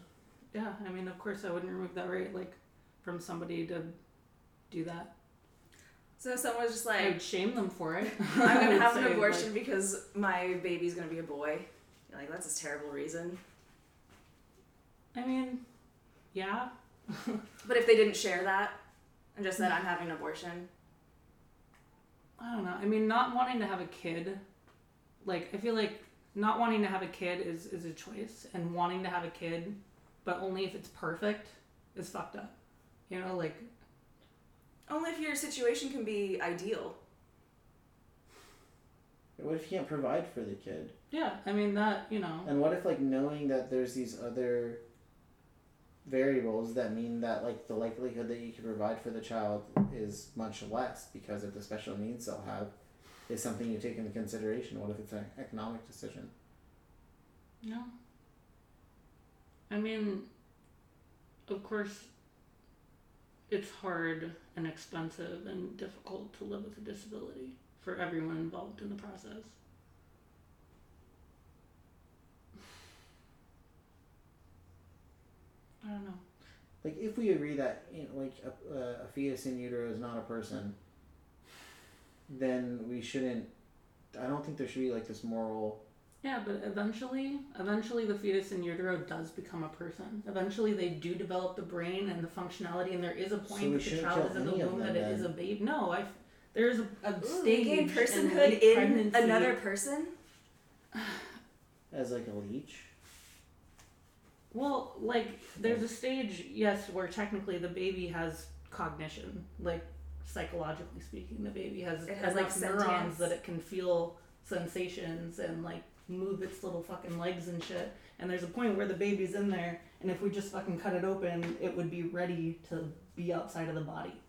Speaker 1: yeah i mean of course i wouldn't remove that right like from somebody to do that
Speaker 3: so someone's just
Speaker 1: i
Speaker 3: like,
Speaker 1: would shame them for it
Speaker 3: I'm
Speaker 1: I
Speaker 3: gonna
Speaker 1: would
Speaker 3: have an
Speaker 1: say,
Speaker 3: abortion
Speaker 1: like,
Speaker 3: because my baby's gonna be a boy. You're like, that's a terrible reason.
Speaker 1: i mean yeah
Speaker 3: But if they didn't share that and just said, I'm having an abortion,
Speaker 1: I don't know. I mean, not wanting to have a kid like I feel like not wanting to have a kid is is a choice, and wanting to have a kid, but only if it's perfect, is fucked up. You know, like
Speaker 3: Only if your situation can be ideal.
Speaker 2: What if you can't provide for the kid?
Speaker 1: yeah, I mean that you know.
Speaker 2: And what if like knowing that there's these other variables that mean that like the likelihood that you can provide for the child is much less because of the special needs they'll have is something you take into consideration. What if it's an economic decision?
Speaker 1: No. I mean, of course, it's hard and expensive and difficult to live with a disability for everyone involved in the process. I don't know.
Speaker 2: Like if we agree that you know, like a, a fetus in utero is not a person, then we shouldn't. I don't think there should be like this moral.
Speaker 1: Yeah, but eventually, eventually the fetus in utero does become a person. Eventually, they do develop the brain and the functionality, and there is a point
Speaker 2: we
Speaker 1: that the
Speaker 2: shouldn't
Speaker 1: child
Speaker 2: kill
Speaker 1: is in the
Speaker 2: any of
Speaker 1: womb
Speaker 2: them
Speaker 1: that it is a
Speaker 2: then.
Speaker 1: baby. No, I. There is a, a
Speaker 3: Ooh,
Speaker 1: stage
Speaker 3: you
Speaker 1: in
Speaker 3: gain personhood
Speaker 1: late
Speaker 3: in
Speaker 1: pregnancy.
Speaker 3: another person?
Speaker 2: As like a leech.
Speaker 1: Well, like there's a stage, yes, where technically the baby has cognition, like psychologically speaking, the baby has,
Speaker 3: It has, like,
Speaker 1: enough neurons
Speaker 3: sentience.
Speaker 1: that it can feel sensations and like move its little fucking legs and shit. And there's a point where the baby's in there, and if we just fucking cut it open, it would be ready to be outside of the body.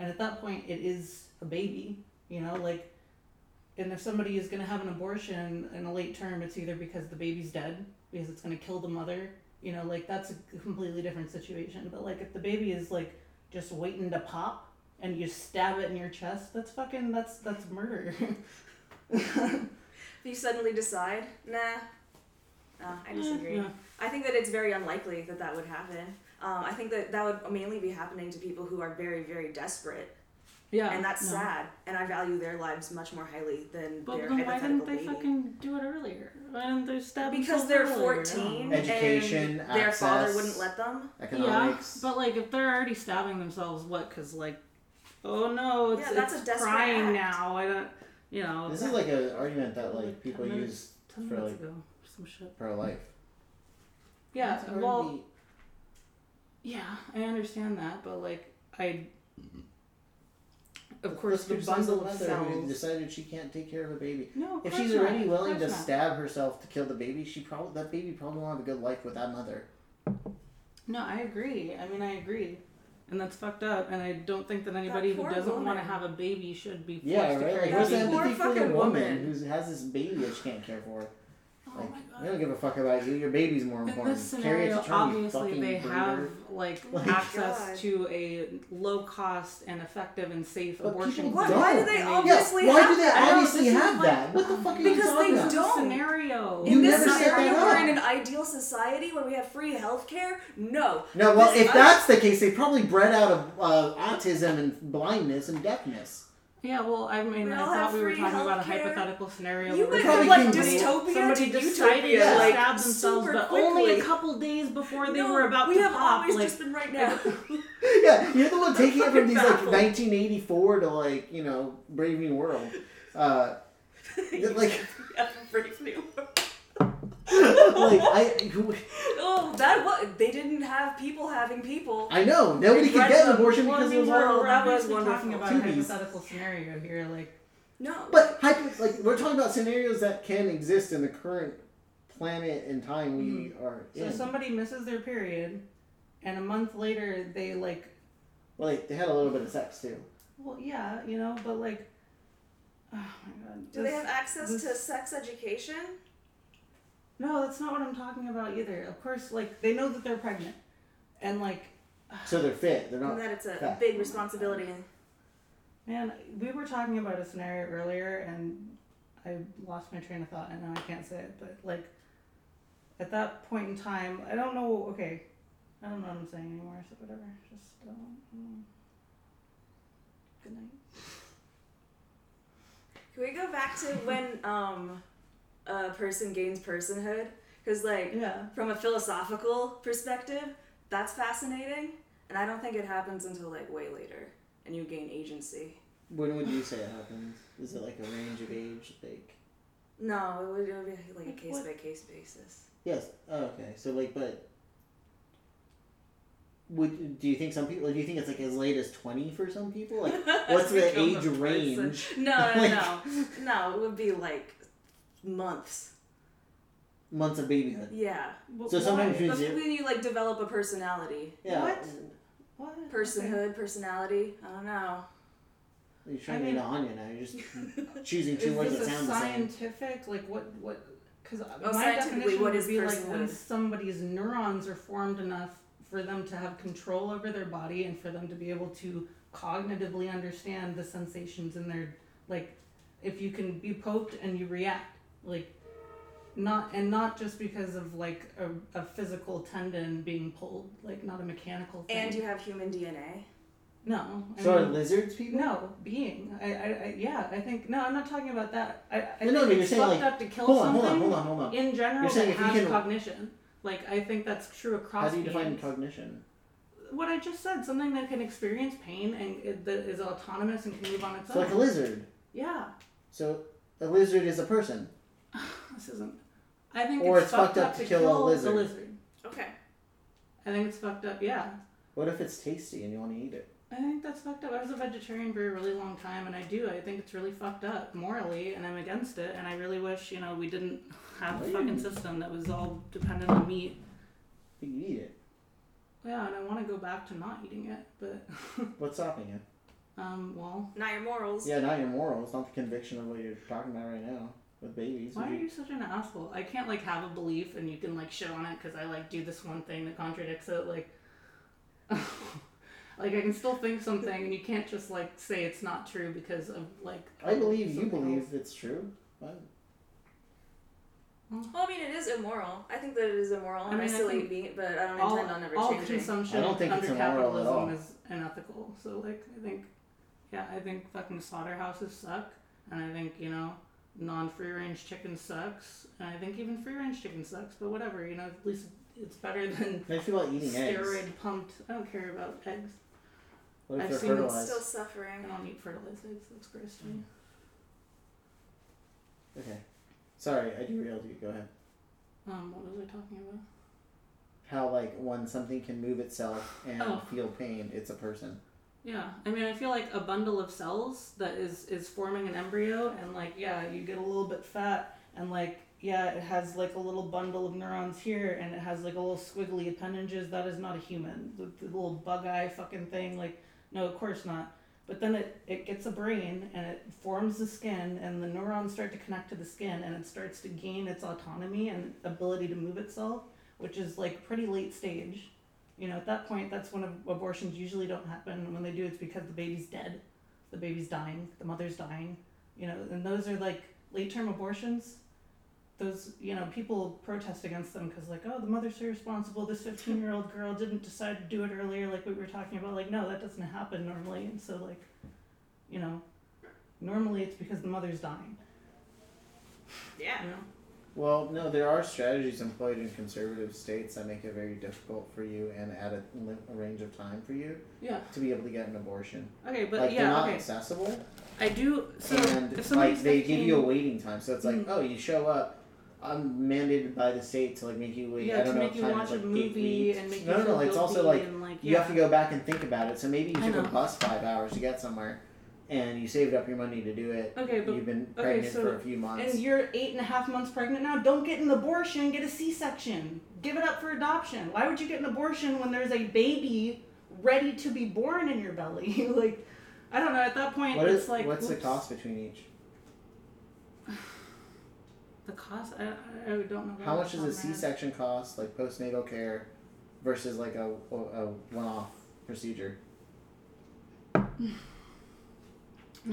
Speaker 1: And at that point, it is a baby, you know, like. And if somebody is going to have an abortion in a late term, it's either because the baby's dead, because it's going to kill the mother, you know, like that's a completely different situation. But like if the baby is like just waiting to pop and you stab it in your chest, that's fucking that's that's murder.
Speaker 3: If you suddenly decide, nah, no, I disagree.
Speaker 1: Yeah.
Speaker 3: I think that it's very unlikely that that would happen. Um, I think that that would mainly be happening to people who are very, very desperate,
Speaker 1: Yeah,
Speaker 3: and that's
Speaker 1: no.
Speaker 3: sad. And I value their lives much more highly than
Speaker 1: But
Speaker 3: their
Speaker 1: then why
Speaker 3: hypothetical
Speaker 1: didn't they
Speaker 3: baby.
Speaker 1: fucking do it earlier? Why didn't they stab
Speaker 3: because
Speaker 1: themselves
Speaker 3: they're
Speaker 1: earlier?
Speaker 3: 14
Speaker 1: Yeah.
Speaker 2: Education,
Speaker 3: and their father
Speaker 2: access.
Speaker 3: wouldn't let them.
Speaker 1: Yeah,
Speaker 2: Economics.
Speaker 1: but like if they're already stabbing themselves, what? Because like, oh no, it's,
Speaker 3: Yeah, that's
Speaker 1: it's
Speaker 3: a desperate
Speaker 1: crying
Speaker 3: act.
Speaker 1: now. I don't, you know.
Speaker 2: this is like an argument that like
Speaker 1: Like,
Speaker 2: people
Speaker 1: ten minutes-
Speaker 2: use
Speaker 1: ten
Speaker 2: for,
Speaker 1: minutes
Speaker 2: like-
Speaker 1: ago, some shit.
Speaker 2: pro life.
Speaker 1: Yeah,
Speaker 2: It's
Speaker 1: well,
Speaker 2: already-
Speaker 1: Yeah, I understand that, but like I, of
Speaker 2: But
Speaker 1: course,
Speaker 2: if
Speaker 1: the
Speaker 2: your son's a
Speaker 1: bundle of
Speaker 2: mother who
Speaker 1: cells.
Speaker 2: decided she can't take care of a baby.
Speaker 1: No, of
Speaker 2: If
Speaker 1: course
Speaker 2: she's
Speaker 1: not,
Speaker 2: already
Speaker 1: of
Speaker 2: willing to
Speaker 1: course not.
Speaker 2: stab herself to kill the baby, she probably that baby probably won't have a good life with that mother.
Speaker 1: No, I agree. I mean, I agree, and that's fucked up. And I don't think that anybody who
Speaker 3: poor
Speaker 1: doesn't want to
Speaker 3: woman.
Speaker 1: have a baby should be forced
Speaker 2: Yeah,
Speaker 1: to
Speaker 2: right.
Speaker 1: carry
Speaker 2: Like,
Speaker 1: that
Speaker 2: where's the
Speaker 1: baby.
Speaker 3: Poor
Speaker 2: empathy for the
Speaker 3: fucking
Speaker 2: woman
Speaker 3: woman.
Speaker 2: who has this baby that she can't care for?
Speaker 1: Oh
Speaker 2: Like,
Speaker 1: my god.
Speaker 2: I don't give a fuck about you. Your baby's more
Speaker 1: In
Speaker 2: important.
Speaker 1: this
Speaker 2: Carry it
Speaker 1: scenario,
Speaker 2: to term, you
Speaker 1: obviously
Speaker 2: fucking
Speaker 1: they
Speaker 2: breeder.
Speaker 1: have like
Speaker 2: Like-
Speaker 1: access
Speaker 3: God.
Speaker 1: to a low cost and effective and safe
Speaker 2: But
Speaker 1: abortion.
Speaker 2: people
Speaker 3: Why-
Speaker 1: clinic.
Speaker 2: don't.
Speaker 3: why do they
Speaker 2: Yeah,
Speaker 3: obviously
Speaker 2: why
Speaker 3: have
Speaker 2: do they
Speaker 3: that? I
Speaker 1: know,
Speaker 2: obviously
Speaker 1: this is
Speaker 2: have
Speaker 1: like-
Speaker 2: that? What the fuck are you
Speaker 3: Because they
Speaker 2: talking about?
Speaker 3: don't.
Speaker 1: Scenario.
Speaker 2: You
Speaker 3: in this
Speaker 2: never set that
Speaker 3: scenario,
Speaker 2: up.
Speaker 3: we're in an ideal society where we have free healthcare. No,
Speaker 2: No, well,
Speaker 3: This-
Speaker 2: if
Speaker 3: I-
Speaker 2: that's the case, they probably bred out of uh, autism and blindness and deafness.
Speaker 1: Yeah, well, I mean,
Speaker 3: We
Speaker 1: I
Speaker 3: all
Speaker 1: thought
Speaker 3: have
Speaker 1: we were
Speaker 3: free
Speaker 1: talking about a
Speaker 3: healthcare.
Speaker 1: hypothetical scenario.
Speaker 3: you
Speaker 1: where
Speaker 3: went
Speaker 2: probably
Speaker 3: from like
Speaker 2: can do it.
Speaker 3: dystopia
Speaker 1: somebody
Speaker 3: to
Speaker 1: decided to
Speaker 3: utopia, like
Speaker 1: stab themselves,
Speaker 3: super
Speaker 1: but
Speaker 3: quickly.
Speaker 1: only a couple days before they
Speaker 3: no,
Speaker 1: were about
Speaker 3: we
Speaker 1: to
Speaker 3: have
Speaker 1: pop.
Speaker 3: always
Speaker 1: like,
Speaker 3: just been right now.
Speaker 2: yeah, you're the one taking it from these like
Speaker 3: Baffled.
Speaker 2: 1984 to like you know Brave New World. Uh, like,
Speaker 3: Yeah, Brave New World.
Speaker 2: like I, who-
Speaker 3: Oh, that was they didn't have people having people.
Speaker 2: I know nobody could get an abortion
Speaker 1: well, I
Speaker 2: because it
Speaker 1: mean,
Speaker 2: was
Speaker 1: we're,
Speaker 2: all
Speaker 1: we're
Speaker 3: that was
Speaker 1: obviously talking
Speaker 3: wonderful.
Speaker 1: about a
Speaker 2: Two bees.
Speaker 1: hypothetical scenario here. Like,
Speaker 3: No,
Speaker 2: But hypo- like we're talking about scenarios that can exist in the current planet and time we are
Speaker 1: so
Speaker 2: in.
Speaker 1: somebody misses their period, and a month later they like,
Speaker 2: well, like, they had a little bit of sex too.
Speaker 1: well, yeah, you know, but like, oh my god,
Speaker 3: do they
Speaker 1: this-
Speaker 3: have access
Speaker 1: this-
Speaker 3: to sex education?
Speaker 1: No, that's not what I'm talking about either. Of course, like they know that they're pregnant, and like
Speaker 2: So they're fit. They're
Speaker 3: And
Speaker 2: not.
Speaker 3: that it's a
Speaker 2: Fact.
Speaker 3: big responsibility.
Speaker 1: Man, we were talking about a scenario earlier and I lost my train of thought and now I can't say it, but like at that point in time, I don't know, okay, I don't know what I'm saying anymore, so whatever. Just don't. mm. Good night.
Speaker 3: Can we go back to when um, a person gains personhood? Because like
Speaker 1: Yeah.
Speaker 3: from a philosophical perspective, that's fascinating, and I don't think it happens until like way later, and you gain agency.
Speaker 2: When would you say it happens? Is it like a range of age? Like
Speaker 3: No, it would, it would be like
Speaker 1: Like
Speaker 3: a case
Speaker 1: what?
Speaker 3: by case basis.
Speaker 2: Yes. Oh, okay. So like, but would do you think some people? Do you think it's like as late as twenty for some people? Like, what's the
Speaker 1: Become a
Speaker 2: age
Speaker 1: person.
Speaker 2: range?
Speaker 3: No, no,
Speaker 2: Like,
Speaker 3: no, no. It would be like months.
Speaker 2: Months of babyhood.
Speaker 3: Yeah,
Speaker 1: Well,
Speaker 2: So sometimes
Speaker 1: why?
Speaker 2: you-
Speaker 3: that's when you like develop a personality,
Speaker 2: Yeah.
Speaker 1: What? What? Okay.
Speaker 3: personhood, personality. I don't know.
Speaker 2: You're trying
Speaker 1: I
Speaker 2: to
Speaker 1: mean-
Speaker 2: eat an onion now. You're just choosing two
Speaker 1: Is
Speaker 2: words that
Speaker 1: this a
Speaker 2: sound the same.
Speaker 1: scientific? Like what? What? Because
Speaker 3: Oh,
Speaker 1: my
Speaker 3: scientifically,
Speaker 1: definition
Speaker 3: what
Speaker 1: would
Speaker 3: is
Speaker 1: be like when
Speaker 3: personhood?
Speaker 1: somebody's neurons are formed enough for them to have control over their body and for them to be able to cognitively understand the sensations in their like. If you can be poked and you react, like not and not just because of like a, a physical tendon being pulled, like not a mechanical thing.
Speaker 3: And you have human DNA.
Speaker 1: no. I
Speaker 2: So are
Speaker 1: mean-
Speaker 2: lizards people?
Speaker 1: no, being. I, I, I, yeah, I think. No, I'm not talking about that. I, I
Speaker 2: No, no,
Speaker 1: think
Speaker 2: but you're
Speaker 1: it's
Speaker 2: saying,
Speaker 1: fucked
Speaker 2: like-
Speaker 1: up to kill
Speaker 2: Hold on,
Speaker 1: something
Speaker 2: hold on, hold on, hold on.
Speaker 1: in general
Speaker 2: You're saying
Speaker 1: that
Speaker 2: if you
Speaker 1: has
Speaker 2: can-
Speaker 1: cognition. Like, I think that's true across
Speaker 2: How do you define
Speaker 1: beings.
Speaker 2: cognition?
Speaker 1: What I just said, something that can experience pain and it, that is autonomous and can move on its
Speaker 2: So like a
Speaker 1: own.
Speaker 2: lizard.
Speaker 1: yeah,
Speaker 2: So a lizard is a person.
Speaker 1: this isn't. I think
Speaker 2: Or
Speaker 1: it's,
Speaker 2: it's fucked up to kill a lizard.
Speaker 3: Okay.
Speaker 1: I think it's fucked up. Yeah,
Speaker 2: What if it's tasty and you want to eat it?
Speaker 1: I think that's fucked up. I was a vegetarian for a really long time, and I do. I think it's really fucked up morally, and I'm against it. And I really wish, you know, we didn't have a fucking system that was all dependent on meat.
Speaker 2: But you eat it.
Speaker 1: Yeah, and I want to go back to not eating it, but
Speaker 2: What's stopping you?
Speaker 1: um, well,
Speaker 3: Not your morals.
Speaker 2: Yeah, not your morals, not the conviction of what you're talking about right now with babies.
Speaker 1: why are
Speaker 2: Would you-
Speaker 1: you such an asshole? I can't like have a belief, and you can like shit on it because I like do this one thing that contradicts it. Like, like I can still think something, and you can't just like say it's not true because of like.
Speaker 2: I believe you
Speaker 1: something
Speaker 2: believe
Speaker 1: else.
Speaker 2: it's true. What?
Speaker 3: Well, I mean, it is immoral. I think that it is immoral,
Speaker 1: I
Speaker 3: and I,
Speaker 1: mean, I
Speaker 3: still
Speaker 1: think
Speaker 3: eat meat, but I don't
Speaker 1: all,
Speaker 3: intend on ever
Speaker 1: all
Speaker 3: changing.
Speaker 1: consumption
Speaker 2: I don't think
Speaker 1: under
Speaker 2: it's immoral at
Speaker 1: capitalism
Speaker 2: all.
Speaker 1: is unethical. So like I think yeah, I think fucking slaughterhouses suck and I think, you know, non free range chicken sucks. And I think even free range chicken sucks, but whatever, you know, at least it's better than
Speaker 2: How do you feel about eating
Speaker 1: steroid
Speaker 2: eggs?
Speaker 1: pumped I don't care about eggs.
Speaker 2: What if
Speaker 1: I've
Speaker 2: they're
Speaker 1: seen it
Speaker 2: fertilized?
Speaker 3: Still
Speaker 1: I
Speaker 3: suffering.
Speaker 1: don't eat fertilized eggs, that's gross to me.
Speaker 2: Okay. Sorry, I derailed you. Go ahead. Mm.
Speaker 1: Um, what was I talking about?
Speaker 2: How like when something can move itself and
Speaker 1: Oh.
Speaker 2: feel pain, it's a person.
Speaker 1: Yeah, I mean, I feel like a bundle of cells that is is forming an embryo, and like, yeah, you get a little bit fat, and like, yeah, it has like a little bundle of neurons here, and it has like a little squiggly appendages. That is not a human. The, the little bug eye fucking thing. Like, no, of course not. But then it it gets a brain, and it forms the skin, and the neurons start to connect to the skin, and it starts to gain its autonomy and ability to move itself, which is like pretty late stage. You know, at that point, that's when ab- abortions usually don't happen. And when they do, it's because the baby's dead, the baby's dying, the mother's dying. You know, and those are like late-term abortions. Those, you know, people protest against them because like, oh, the mother's so responsible. This fifteen-year-old girl didn't decide to do it earlier, like we were talking about. Like, no, that doesn't happen normally. And so, like, you know, normally it's because the mother's dying.
Speaker 3: Yeah.
Speaker 1: You know.
Speaker 2: Well, no, there are strategies employed in conservative states that make it very difficult for you and at a, li- a range of time for you
Speaker 1: Yeah.
Speaker 2: to be able to get an abortion.
Speaker 1: Okay, but
Speaker 2: like they're
Speaker 1: yeah.
Speaker 2: not
Speaker 1: Okay.
Speaker 2: accessible,
Speaker 1: I do. So if
Speaker 2: and
Speaker 1: somebody's
Speaker 2: like they give
Speaker 1: 15
Speaker 2: you a waiting time. So it's like,
Speaker 1: Mhm.
Speaker 2: oh, you show up. I'm mandated by the state to like make you wait.
Speaker 1: yeah,
Speaker 2: I don't
Speaker 1: to
Speaker 2: know
Speaker 1: make
Speaker 2: what
Speaker 1: you
Speaker 2: time,
Speaker 1: watch
Speaker 2: it's, like
Speaker 1: a
Speaker 2: eight
Speaker 1: movie
Speaker 2: weeks.
Speaker 1: and make you
Speaker 2: no, no,
Speaker 1: feel
Speaker 2: no. It's
Speaker 1: guilty
Speaker 2: also like
Speaker 1: and like
Speaker 2: You
Speaker 1: yeah.
Speaker 2: have to go back and think about it. So maybe you
Speaker 1: I
Speaker 2: took a
Speaker 1: know.
Speaker 2: bus five hours to get somewhere, and you saved up your money to do it.
Speaker 1: Okay, but
Speaker 2: You've been
Speaker 1: okay,
Speaker 2: pregnant
Speaker 1: so-
Speaker 2: for a few months.
Speaker 1: and you're eight and a half months pregnant now. Don't get an abortion. Get a C-section. Give it up for adoption. Why would you get an abortion when there's a baby ready to be born in your belly? like, I don't know. At that point,
Speaker 2: What
Speaker 1: it's
Speaker 2: is-
Speaker 1: like
Speaker 2: what's the
Speaker 1: whoops.
Speaker 2: cost between each?
Speaker 1: The cost? I, I I don't know.
Speaker 2: How much does a
Speaker 1: is
Speaker 2: C-section cost, like postnatal care, versus like a, a a one-off procedure?
Speaker 1: No,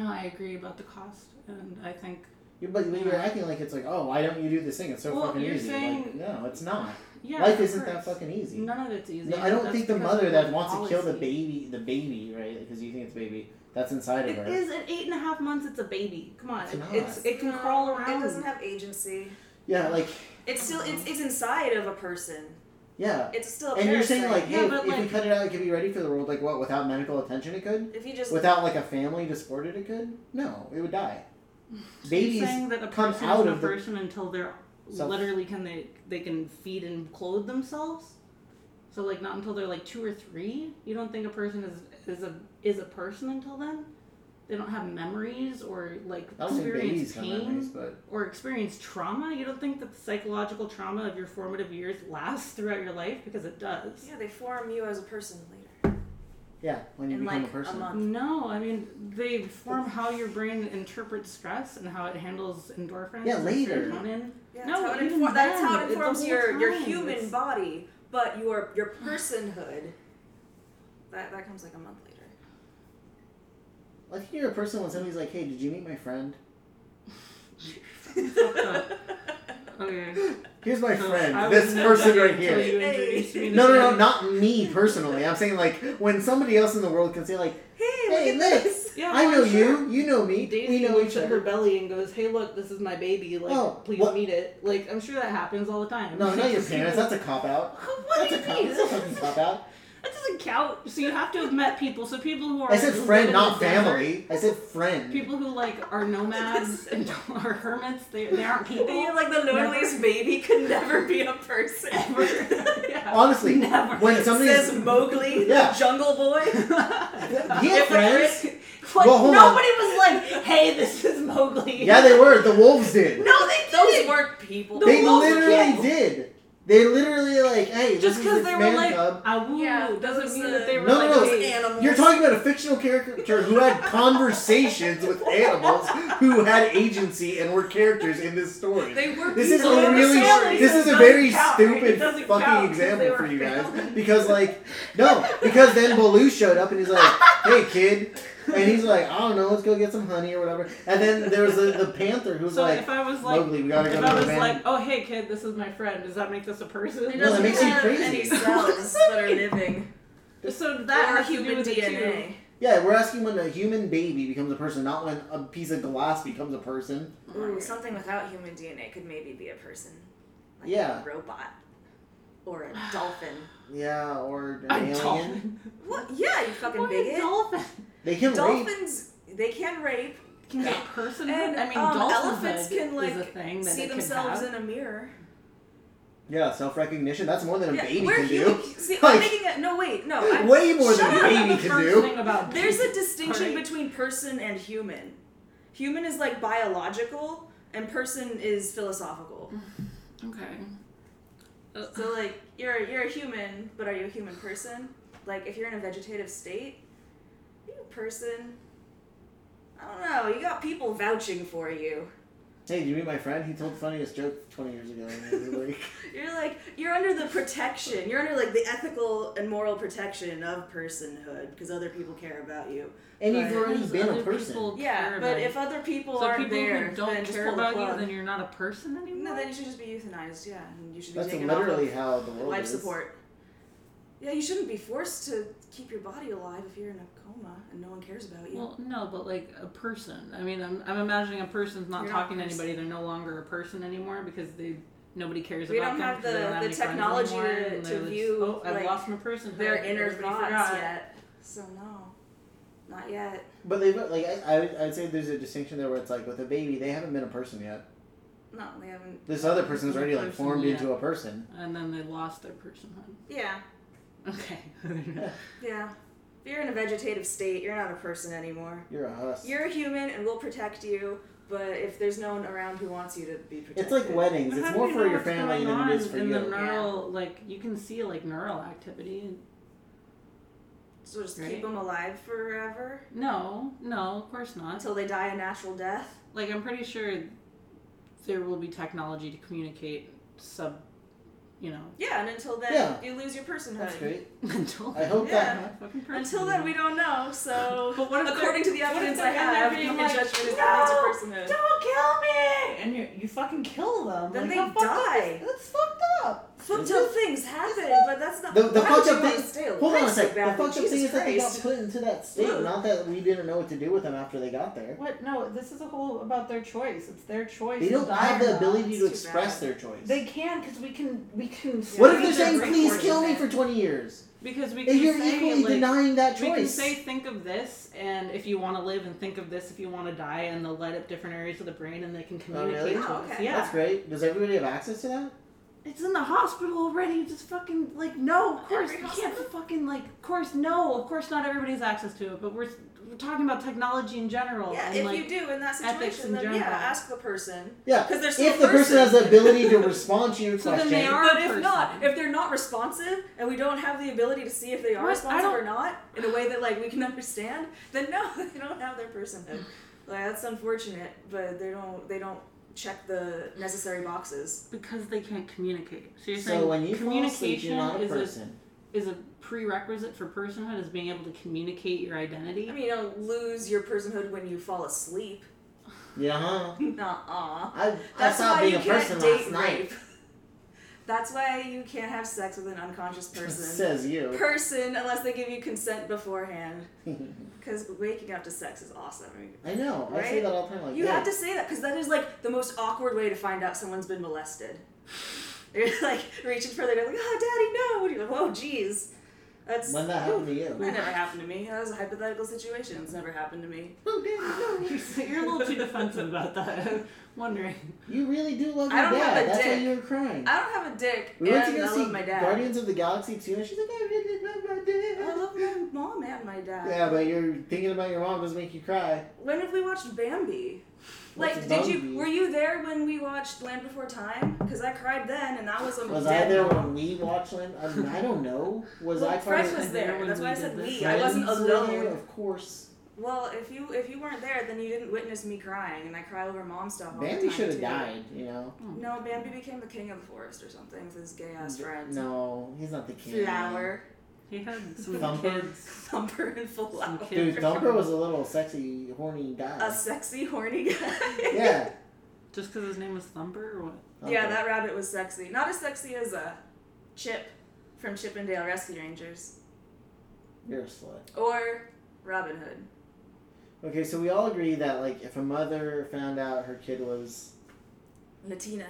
Speaker 1: I agree about the cost, and I think
Speaker 2: You but but you're acting like it's like oh why don't you do this thing? It's so
Speaker 1: Well,
Speaker 2: fucking
Speaker 1: you're
Speaker 2: easy. like,
Speaker 1: saying-
Speaker 2: no, it's not.
Speaker 1: yeah.
Speaker 2: Life
Speaker 1: of
Speaker 2: isn't that
Speaker 1: course.
Speaker 2: fucking easy.
Speaker 1: None of it's easy.
Speaker 2: No, I don't
Speaker 1: That's
Speaker 2: think the
Speaker 1: because
Speaker 2: mother
Speaker 1: of
Speaker 2: that wants to kill the
Speaker 1: policy.
Speaker 2: baby, the baby, right? Because you think it's baby, that's inside
Speaker 1: It
Speaker 2: of her.
Speaker 1: is at eight and a half months. It's a baby. Come on,
Speaker 2: It's
Speaker 1: it,
Speaker 2: not.
Speaker 1: it's it can crawl around.
Speaker 3: It doesn't have agency.
Speaker 2: Yeah, like
Speaker 3: It's still it's it's inside of a person.
Speaker 2: yeah.
Speaker 3: It's still a
Speaker 2: And you're
Speaker 3: parasite.
Speaker 2: saying like,
Speaker 1: Yeah,
Speaker 2: hey, if-
Speaker 1: but,
Speaker 2: if we
Speaker 1: like-
Speaker 2: cut it out, it could be ready for the world. Like what? Without medical attention, it could.
Speaker 3: if you just
Speaker 2: Without like a family to support it, it could. No, it would die.
Speaker 1: You're
Speaker 2: Babies
Speaker 1: saying that a
Speaker 2: come
Speaker 1: person
Speaker 2: out
Speaker 1: is
Speaker 2: of
Speaker 1: a
Speaker 2: the-
Speaker 1: person until they're
Speaker 2: Self-
Speaker 1: literally can they they can feed and clothe themselves. So like not until they're like two or three. You don't think a person is is a is a person until then. They don't have memories or like
Speaker 2: I don't think
Speaker 1: experience
Speaker 2: babies
Speaker 1: pain
Speaker 2: have memories, but
Speaker 1: or experience trauma. You don't think that the psychological trauma of your formative years lasts throughout your life because it does.
Speaker 3: Yeah, they form you as a person later.
Speaker 2: yeah, when you
Speaker 3: In,
Speaker 2: become a
Speaker 3: like, a
Speaker 2: person.
Speaker 3: month.
Speaker 1: No, I mean they form how your brain interprets stress and how it handles endorphins.
Speaker 2: Yeah,
Speaker 1: and
Speaker 2: later.
Speaker 1: serotonin.
Speaker 3: Yeah,
Speaker 1: No,
Speaker 3: that's how it,
Speaker 1: even
Speaker 3: infor- that's
Speaker 1: then,
Speaker 3: how
Speaker 1: it-
Speaker 3: it
Speaker 1: the
Speaker 3: informs
Speaker 1: whole
Speaker 3: your, your
Speaker 1: time,
Speaker 3: human
Speaker 1: it's-
Speaker 3: body, but your your personhood. That that comes like a month later.
Speaker 2: I think you're a person when somebody's like, "Hey, did you meet my friend?
Speaker 1: Okay.
Speaker 2: Here's my
Speaker 1: No,
Speaker 2: friend.
Speaker 1: I
Speaker 2: this
Speaker 1: would never
Speaker 2: person
Speaker 1: get
Speaker 2: right
Speaker 1: it
Speaker 2: here."
Speaker 1: until you
Speaker 3: Hey.
Speaker 1: introduced me to
Speaker 2: No, no, no,
Speaker 1: them.
Speaker 2: not me personally. I'm saying like when somebody else in the world can say like,
Speaker 3: hey,
Speaker 2: Hey,
Speaker 3: look
Speaker 2: look.
Speaker 3: at this.
Speaker 1: Yeah,
Speaker 2: "I
Speaker 1: well,
Speaker 2: know
Speaker 1: I'm sure
Speaker 2: you, you know me,
Speaker 1: Daisy
Speaker 2: we know
Speaker 1: looks
Speaker 2: each
Speaker 1: at her
Speaker 2: other."
Speaker 1: belly and goes, "Hey, look, this is my baby. Like,
Speaker 2: Oh,
Speaker 1: please
Speaker 2: what-
Speaker 1: meet it." Like, I'm sure that happens all the time.
Speaker 2: No, not your parents. That's a cop out.
Speaker 1: what
Speaker 2: That's
Speaker 1: do
Speaker 2: a
Speaker 1: you
Speaker 2: cop.
Speaker 1: mean?
Speaker 2: That's a fucking cop out.
Speaker 1: That doesn't count. So you have to have met people. So people who are
Speaker 2: I said
Speaker 1: who live
Speaker 2: friend,
Speaker 1: in
Speaker 2: not
Speaker 1: the desert,
Speaker 2: family. I said friend.
Speaker 1: People who like are nomads and don't- are hermits. They, they aren't people.
Speaker 3: You're like the loneliest baby could never be a person.
Speaker 1: yeah.
Speaker 2: Honestly,
Speaker 1: Never.
Speaker 2: when somebody
Speaker 3: Says Mowgli,
Speaker 2: Yeah.
Speaker 3: the jungle boy.
Speaker 2: yeah, friends.
Speaker 1: Like,
Speaker 2: Well, hold on.
Speaker 1: nobody was like, "Hey, this is Mowgli."
Speaker 2: Yeah, they were. The wolves did.
Speaker 1: No, they
Speaker 3: Those
Speaker 1: didn't.
Speaker 3: weren't people.
Speaker 1: The
Speaker 2: they
Speaker 1: wolves did.
Speaker 2: literally did. They literally like, hey,
Speaker 1: Just
Speaker 2: because
Speaker 1: because they were like, "I woo,"
Speaker 3: Yeah,
Speaker 1: doesn't
Speaker 3: those,
Speaker 1: mean that they
Speaker 3: uh,
Speaker 1: were
Speaker 2: No,
Speaker 1: like,
Speaker 2: no, no.
Speaker 1: "Hey,
Speaker 3: animals.
Speaker 2: You're talking about a fictional character who had conversations with animals who had agency and were characters in this story.
Speaker 3: They were.
Speaker 2: this is
Speaker 1: So
Speaker 2: a
Speaker 3: people.
Speaker 1: it
Speaker 2: really
Speaker 1: family,
Speaker 2: this
Speaker 1: so
Speaker 2: is
Speaker 1: it
Speaker 2: a
Speaker 1: doesn't
Speaker 2: very
Speaker 1: count, right? It
Speaker 2: stupid
Speaker 1: doesn't
Speaker 2: fucking
Speaker 1: count 'cause they
Speaker 2: example
Speaker 1: were
Speaker 2: for you guys
Speaker 1: family.
Speaker 2: because like no because then Baloo showed up and he's like hey kid and he's like I don't know let's go get some honey or whatever and then there was the, the panther who's
Speaker 1: So
Speaker 2: like
Speaker 1: if I was like,
Speaker 2: Mowgli we gotta go
Speaker 1: if
Speaker 2: to
Speaker 1: I
Speaker 2: the
Speaker 1: was
Speaker 2: man
Speaker 1: like, oh hey kid, this is my friend, does that make this a person?
Speaker 3: It
Speaker 2: No, that
Speaker 3: doesn't
Speaker 2: makes you
Speaker 3: have
Speaker 2: crazy.
Speaker 3: any cells that are living.
Speaker 1: So that
Speaker 3: or
Speaker 1: has to do
Speaker 3: human
Speaker 1: with it,
Speaker 3: DNA.
Speaker 1: too.
Speaker 2: yeah we're asking when a human baby becomes a person not when a piece of glass becomes a person
Speaker 3: Ooh, something without human DNA could maybe be a person. Like
Speaker 2: Yeah.
Speaker 3: a robot. Or a dolphin.
Speaker 2: yeah or an
Speaker 1: A
Speaker 2: alien
Speaker 1: dolphin.
Speaker 3: What? Yeah, you fucking
Speaker 1: What a
Speaker 3: bigot.
Speaker 1: dolphin
Speaker 2: they can rape
Speaker 3: Dolphins, they can rape,
Speaker 1: can get personhood.
Speaker 3: and
Speaker 1: I mean,
Speaker 3: um,
Speaker 1: dolphins
Speaker 3: elephants can
Speaker 1: is a
Speaker 3: like
Speaker 1: thing that
Speaker 3: see
Speaker 1: they
Speaker 3: themselves
Speaker 1: can
Speaker 3: in a mirror.
Speaker 2: yeah self recognition that's more than a
Speaker 3: yeah,
Speaker 2: baby
Speaker 3: we're
Speaker 2: can
Speaker 3: human.
Speaker 2: do
Speaker 3: See,
Speaker 2: Like-
Speaker 3: I'm making a no. Wait, no. I'm,
Speaker 2: way more
Speaker 3: Shut
Speaker 2: than a
Speaker 3: up.
Speaker 2: baby
Speaker 1: the
Speaker 2: can
Speaker 1: first
Speaker 2: do.
Speaker 1: thing about
Speaker 3: There's a distinction
Speaker 1: Alright.
Speaker 3: between person and human. Human is like biological, and person is philosophical.
Speaker 1: okay. Uh,
Speaker 3: So like you're you're a human, but are you a human person? Like if you're in a vegetative state, are you a person? I don't know. You got people vouching for you.
Speaker 2: Hey, did you meet my friend? He told the funniest joke 20 years ago. And it was like,
Speaker 3: You're like you're under the protection. You're under like the ethical and moral protection of personhood because other people care about you.
Speaker 2: and you've
Speaker 3: Right.
Speaker 2: already
Speaker 1: Because
Speaker 2: been a
Speaker 1: other
Speaker 2: person.
Speaker 1: people
Speaker 3: Yeah,
Speaker 1: care
Speaker 3: but
Speaker 1: about
Speaker 3: if
Speaker 1: you.
Speaker 3: other people
Speaker 1: so
Speaker 3: aren't
Speaker 1: people
Speaker 3: there,
Speaker 1: who don't
Speaker 3: then just
Speaker 1: care
Speaker 3: pull the
Speaker 1: about you,
Speaker 3: plug.
Speaker 1: then you're not a person anymore.
Speaker 3: no, then you should just be euthanized. Yeah, and you should be
Speaker 2: That's
Speaker 3: taken off of
Speaker 2: literally how the world
Speaker 3: life
Speaker 2: is.
Speaker 3: support. Yeah, you shouldn't be forced to keep your body alive if you're in a coma and no one cares about you.
Speaker 1: Well, no, but like a person. I mean, I'm, I'm imagining a person's not
Speaker 3: You're not a
Speaker 1: talking to
Speaker 3: person.
Speaker 1: anybody. They're no longer a person anymore because they nobody cares
Speaker 3: We
Speaker 1: about
Speaker 3: don't
Speaker 1: them.
Speaker 3: have
Speaker 1: 'cause they
Speaker 3: the-
Speaker 1: have
Speaker 3: the
Speaker 1: any friends
Speaker 3: technology
Speaker 1: anymore,
Speaker 3: to-
Speaker 1: and
Speaker 3: to
Speaker 1: they're just,
Speaker 3: view,
Speaker 1: Oh, I've
Speaker 3: like,
Speaker 1: lost my personhood.
Speaker 3: their inner
Speaker 1: Everybody
Speaker 3: thoughts
Speaker 1: forgot."
Speaker 3: yet. So no, not yet.
Speaker 2: But they've, like, I, I, would, I would say there's a distinction there where it's like, with a baby, they haven't been a person yet.
Speaker 3: No, they haven't.
Speaker 2: This other person's already, like,
Speaker 1: Person,
Speaker 2: formed
Speaker 1: yeah.
Speaker 2: into a person.
Speaker 1: And then they lost their personhood.
Speaker 3: Yeah,
Speaker 1: Okay.
Speaker 3: yeah. If you're in a vegetative state, you're not a person anymore.
Speaker 2: You're a husk.
Speaker 3: You're a human, and we'll protect you. But if there's no one around who wants you to be protected,
Speaker 2: it's like weddings.
Speaker 1: But how
Speaker 2: It's
Speaker 1: do
Speaker 2: more
Speaker 1: you
Speaker 2: for
Speaker 1: know
Speaker 2: your
Speaker 1: what's
Speaker 2: family
Speaker 1: going
Speaker 2: than it is
Speaker 1: on
Speaker 2: for
Speaker 1: in The
Speaker 2: you.
Speaker 1: neural, like you can see like neural activity.
Speaker 3: So just keep
Speaker 1: Right.
Speaker 3: them alive forever
Speaker 1: No, no, of course not.
Speaker 3: until they die a natural death.
Speaker 1: like I'm pretty sure there will be technology to communicate sub, you know,
Speaker 3: Yeah, and until then,
Speaker 2: Yeah.
Speaker 3: you lose your personhood.
Speaker 2: That's great.
Speaker 1: until
Speaker 2: I hope
Speaker 3: Yeah.
Speaker 2: that.
Speaker 1: Fucking person.
Speaker 3: Until then, we don't know. So,
Speaker 1: But what if they're-
Speaker 3: according to the
Speaker 1: what if
Speaker 3: evidence
Speaker 1: they're
Speaker 3: I
Speaker 1: in there
Speaker 3: have,
Speaker 1: being
Speaker 3: my
Speaker 1: like,
Speaker 3: judgment is
Speaker 1: "No,
Speaker 3: that it's a personhood.
Speaker 1: Don't kill me! And you, you fucking kill them.
Speaker 3: Then
Speaker 1: Like,
Speaker 3: they
Speaker 1: the fuck-
Speaker 3: die.
Speaker 1: That's fucked up.
Speaker 3: Fucked
Speaker 2: Is
Speaker 3: up things happen, but that's not
Speaker 2: The, the
Speaker 3: why would
Speaker 2: fucked
Speaker 3: you
Speaker 2: up
Speaker 3: want to
Speaker 2: thing.
Speaker 3: stay alive
Speaker 2: Hold on a
Speaker 3: so
Speaker 2: sec. The
Speaker 3: badly?
Speaker 2: fucked up
Speaker 3: Jesus
Speaker 2: thing is that they got
Speaker 3: Christ.
Speaker 2: put into that state.
Speaker 3: Look.
Speaker 2: Not that we didn't know what to do with them after they got there.
Speaker 1: What? No, this is a whole about their choice. It's their choice.
Speaker 2: They
Speaker 1: to
Speaker 2: don't
Speaker 1: die
Speaker 2: have
Speaker 1: or
Speaker 2: the
Speaker 1: not.
Speaker 2: ability
Speaker 3: it's
Speaker 2: to
Speaker 3: too
Speaker 2: express
Speaker 3: bad.
Speaker 2: their choice.
Speaker 1: They can because we can. We can.
Speaker 2: What
Speaker 3: Yeah,
Speaker 2: if
Speaker 3: we
Speaker 2: they're
Speaker 3: need to
Speaker 2: saying,
Speaker 3: break
Speaker 2: please
Speaker 3: forward
Speaker 2: kill
Speaker 3: with
Speaker 2: me
Speaker 3: it."
Speaker 2: for 20 years?
Speaker 1: Because we
Speaker 2: And
Speaker 1: can
Speaker 2: you're
Speaker 1: say
Speaker 2: equally
Speaker 1: like
Speaker 2: denying that
Speaker 1: we can
Speaker 2: choice.
Speaker 1: say think of this, and if you want to live, and think of this if you want to die, and they'll light up different areas of the brain, and they can
Speaker 2: really?
Speaker 1: communicate to
Speaker 3: Oh,
Speaker 1: us.
Speaker 3: okay.
Speaker 1: Yeah,
Speaker 2: That's great. Does everybody have access to that?
Speaker 1: it's in the hospital already. Just fucking like no, of course
Speaker 3: Every
Speaker 1: you can't
Speaker 3: hospital?
Speaker 1: fucking like. Of course no, of course not everybody has access to it. But we're we're talking about technology in general.
Speaker 3: Yeah,
Speaker 1: and
Speaker 3: if
Speaker 1: like,
Speaker 3: you do in that
Speaker 1: ethics
Speaker 3: situation,
Speaker 1: in
Speaker 3: then yeah,
Speaker 1: general.
Speaker 3: ask the person.
Speaker 2: Yeah.
Speaker 3: Because they're still
Speaker 2: If the person has the ability to respond to your
Speaker 1: So then
Speaker 2: question,
Speaker 1: they are-
Speaker 3: But
Speaker 1: a
Speaker 3: if
Speaker 1: person.
Speaker 3: not, if they're not responsive, and we don't have the ability to see if they are
Speaker 1: What? I
Speaker 3: responsive
Speaker 1: don't-
Speaker 3: or not in a way that like we can understand, then no, they don't have their personhood. Like that's unfortunate, but they don't they don't check the necessary boxes.
Speaker 1: because they can't communicate. So you're
Speaker 2: so
Speaker 1: saying
Speaker 2: when you fall asleep,
Speaker 1: communication
Speaker 2: you're not a
Speaker 1: is a
Speaker 2: person.
Speaker 1: is a prerequisite for personhood is being able to communicate your identity.
Speaker 3: I mean, you don't lose your personhood when you fall asleep.
Speaker 2: Yeah, huh?
Speaker 3: Nuh-uh.
Speaker 2: I, I
Speaker 3: That's
Speaker 2: saw
Speaker 3: why
Speaker 2: being
Speaker 3: you
Speaker 2: a
Speaker 3: can't
Speaker 2: person
Speaker 3: date
Speaker 2: last night.
Speaker 3: rape. That's why you can't have sex with an unconscious person.
Speaker 2: Says you.
Speaker 3: Person, unless they give you consent beforehand. Because waking up to sex is awesome. right?
Speaker 2: I know. I say
Speaker 3: Right?
Speaker 2: that all the time. Like,
Speaker 3: You
Speaker 2: yeah.
Speaker 3: have to say that because that is like the most awkward way to find out someone's been molested. You're like reaching for their like, oh, daddy, no. And you're like, whoa, geez. That's
Speaker 2: When that happened to you.
Speaker 3: That never happened to me. That was a hypothetical situation. It's never happened to me.
Speaker 2: Oh, daddy, no.
Speaker 1: You're a little too defensive about that. I'm wondering.
Speaker 2: You really do love
Speaker 3: I
Speaker 2: your
Speaker 3: don't have
Speaker 2: dad.
Speaker 3: a
Speaker 2: That's why
Speaker 3: dick.
Speaker 2: you were crying.
Speaker 3: I don't have a dick,
Speaker 2: we went to
Speaker 3: and I
Speaker 2: go see
Speaker 3: love my dad.
Speaker 2: Guardians of the Galaxy 2, and she's like, I really love my dad.
Speaker 3: I love my mom and my dad.
Speaker 2: Yeah, but you're thinking about your mom doesn't make you cry.
Speaker 3: When have we watched Bambi? Like,
Speaker 2: What's
Speaker 3: did
Speaker 2: Bambi?
Speaker 3: you were you there when we watched Land Before Time? Because I cried then, and that was a
Speaker 2: Was I
Speaker 3: dead
Speaker 2: there
Speaker 3: mom.
Speaker 2: when we watched Land? I, mean, I don't know. Was
Speaker 3: well,
Speaker 2: I part
Speaker 3: Fred
Speaker 2: of
Speaker 3: was
Speaker 1: I think
Speaker 3: there.
Speaker 1: when
Speaker 3: That's
Speaker 1: we
Speaker 3: why I
Speaker 1: did
Speaker 3: said
Speaker 1: this.
Speaker 3: we. I wasn't
Speaker 2: Friends were there,
Speaker 3: alone.
Speaker 2: Of course.
Speaker 3: Well, if you if you weren't there, then you didn't witness me crying, and I cry over mom stuff. all the
Speaker 2: Bambi
Speaker 3: time,
Speaker 2: should have
Speaker 3: too.
Speaker 2: died, you know?
Speaker 3: No, Bambi became the king of the forest or something with his gay ass friend.
Speaker 2: No, he's not the king.
Speaker 3: Flower,
Speaker 1: He had some
Speaker 2: Thumper.
Speaker 1: kids.
Speaker 3: Thumper, and Flower.
Speaker 1: Some
Speaker 2: Dude, Thumper was a little sexy, horny guy.
Speaker 3: A sexy, horny guy.
Speaker 2: yeah.
Speaker 1: Just because his name was Thumper or what?
Speaker 3: Yeah,
Speaker 2: Thumper.
Speaker 3: that rabbit was sexy. Not as sexy as uh, Chip from Chip and Dale Rescue Rangers
Speaker 2: You're a slut.
Speaker 3: or Robin Hood.
Speaker 2: Okay, so we all agree that like if a mother found out her kid was,
Speaker 3: Latina.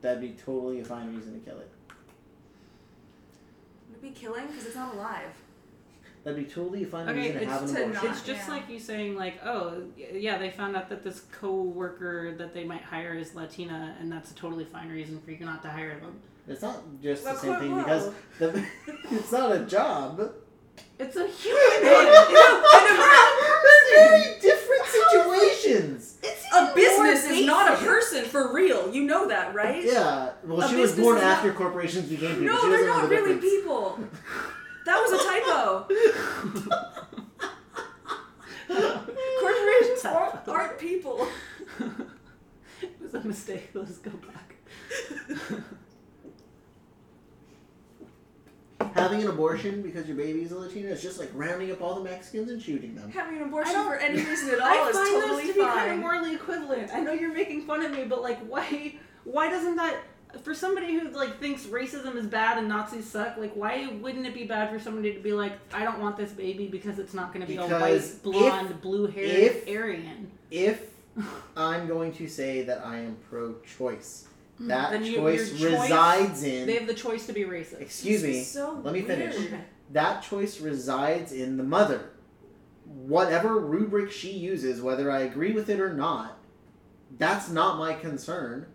Speaker 2: that'd be totally a fine reason to kill it.
Speaker 3: Would it be killing? Because it's not alive.
Speaker 2: That'd be totally a fine
Speaker 1: Okay,
Speaker 2: reason to
Speaker 1: it's
Speaker 2: have an
Speaker 3: to
Speaker 2: abortion.
Speaker 3: not-
Speaker 1: It's just
Speaker 3: Yeah.
Speaker 1: like you saying like, oh y- yeah, they found out that this coworker that they might hire is Latina, and that's a totally fine reason for you not to hire them.
Speaker 2: It's not just the
Speaker 3: Well,
Speaker 2: same
Speaker 3: quite
Speaker 2: thing
Speaker 3: well.
Speaker 2: because the, it's not a job.
Speaker 1: It's a
Speaker 2: They're
Speaker 1: human. being.
Speaker 2: very different situations.
Speaker 3: A business
Speaker 1: More
Speaker 3: is not a
Speaker 1: basic.
Speaker 3: person for real. You know that, right?
Speaker 2: Yeah. Well,
Speaker 3: A
Speaker 2: she was
Speaker 3: business
Speaker 2: born
Speaker 3: is not-
Speaker 2: after corporations became people. she
Speaker 3: No,
Speaker 2: doesn't
Speaker 3: they're
Speaker 2: know
Speaker 3: not
Speaker 2: the
Speaker 3: really
Speaker 2: difference.
Speaker 3: people. That was a typo. Corporations aren't, aren't people.
Speaker 1: it was a mistake. Let's go back.
Speaker 2: Having an abortion because your baby is a Latina is just like rounding up all the Mexicans and shooting them.
Speaker 3: Having an abortion
Speaker 1: I don't-
Speaker 3: for any reason at all
Speaker 1: I
Speaker 3: is
Speaker 1: find
Speaker 3: totally
Speaker 1: those to
Speaker 3: fine.
Speaker 1: be kind of morally equivalent. I know you're making fun of me, but like, why? Why doesn't that? For somebody who like thinks racism is bad and Nazis suck, like, why wouldn't it be bad for somebody to be like, I don't want this baby because it's not going to be a
Speaker 2: Because
Speaker 1: white, blonde, blue-haired
Speaker 2: if-
Speaker 1: Aryan?
Speaker 2: If I'm going to say that I am pro-choice, that
Speaker 1: Then you- your
Speaker 2: choice
Speaker 1: choice-
Speaker 2: resides in.
Speaker 1: They have the choice to be racist.
Speaker 2: excuse
Speaker 3: This
Speaker 2: me.
Speaker 3: is so
Speaker 2: let me finish.
Speaker 3: weird.
Speaker 2: that choice resides in the mother. Whatever rubric she uses, whether I agree with it or not, that's not my concern.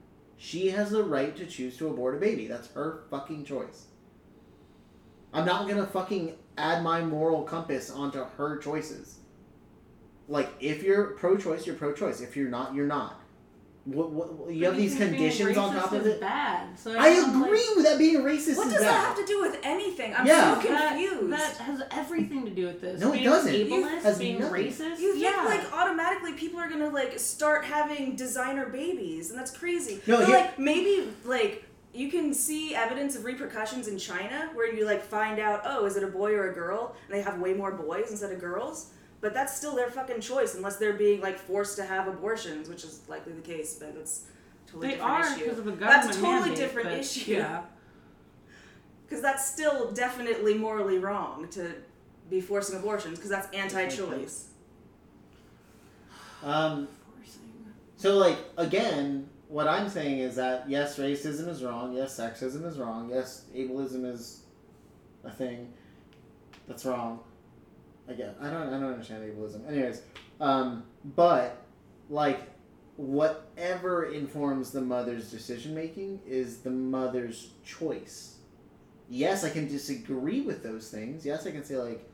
Speaker 2: She has the right to choose to abort a baby. That's her fucking choice. I'm not gonna fucking add my moral compass onto her choices. Like, if you're pro choice, you're pro choice. If you're not, you're not. What, what, you
Speaker 1: But
Speaker 2: have these
Speaker 1: think being
Speaker 2: conditions on top
Speaker 1: racist
Speaker 2: of
Speaker 1: is
Speaker 2: it.
Speaker 1: Bad. So
Speaker 2: I
Speaker 1: I'm like,
Speaker 2: agree with that being racist
Speaker 3: What
Speaker 2: is bad.
Speaker 3: does that have to do with anything? I'm
Speaker 2: Yeah.
Speaker 3: so
Speaker 1: That-
Speaker 3: confused.
Speaker 1: That, has everything to do with this.
Speaker 2: No, it
Speaker 1: being
Speaker 2: doesn't.
Speaker 1: Ableist,
Speaker 2: Has
Speaker 1: being
Speaker 2: nothing.
Speaker 1: racist.
Speaker 3: You think
Speaker 1: yeah.
Speaker 3: like automatically people are gonna like start having designer babies, and that's crazy.
Speaker 2: No,
Speaker 3: but,
Speaker 2: here-
Speaker 3: like maybe like you can see evidence of repercussions in China where you like find out, oh, is it a boy or a girl? And they have way more boys instead of girls. But that's still their fucking choice, unless they're being like forced to have abortions, which is likely the case. But that's totally
Speaker 1: they
Speaker 3: different
Speaker 1: are
Speaker 3: issue.
Speaker 1: because of a government
Speaker 3: that's a totally
Speaker 1: mandate,
Speaker 3: different
Speaker 1: but-
Speaker 3: issue.
Speaker 1: Yeah.
Speaker 3: Because that's still definitely morally wrong to be forcing abortions, because that's anti-choice.
Speaker 2: Um, So, like, again, what I'm saying is that yes, racism is wrong. Yes, sexism is wrong. Yes, ableism is a thing that's wrong. Again, I don't I don't understand ableism. Anyways, um, but like whatever informs the mother's decision making is the mother's choice. Yes, I can disagree with those things. Yes, I can say like,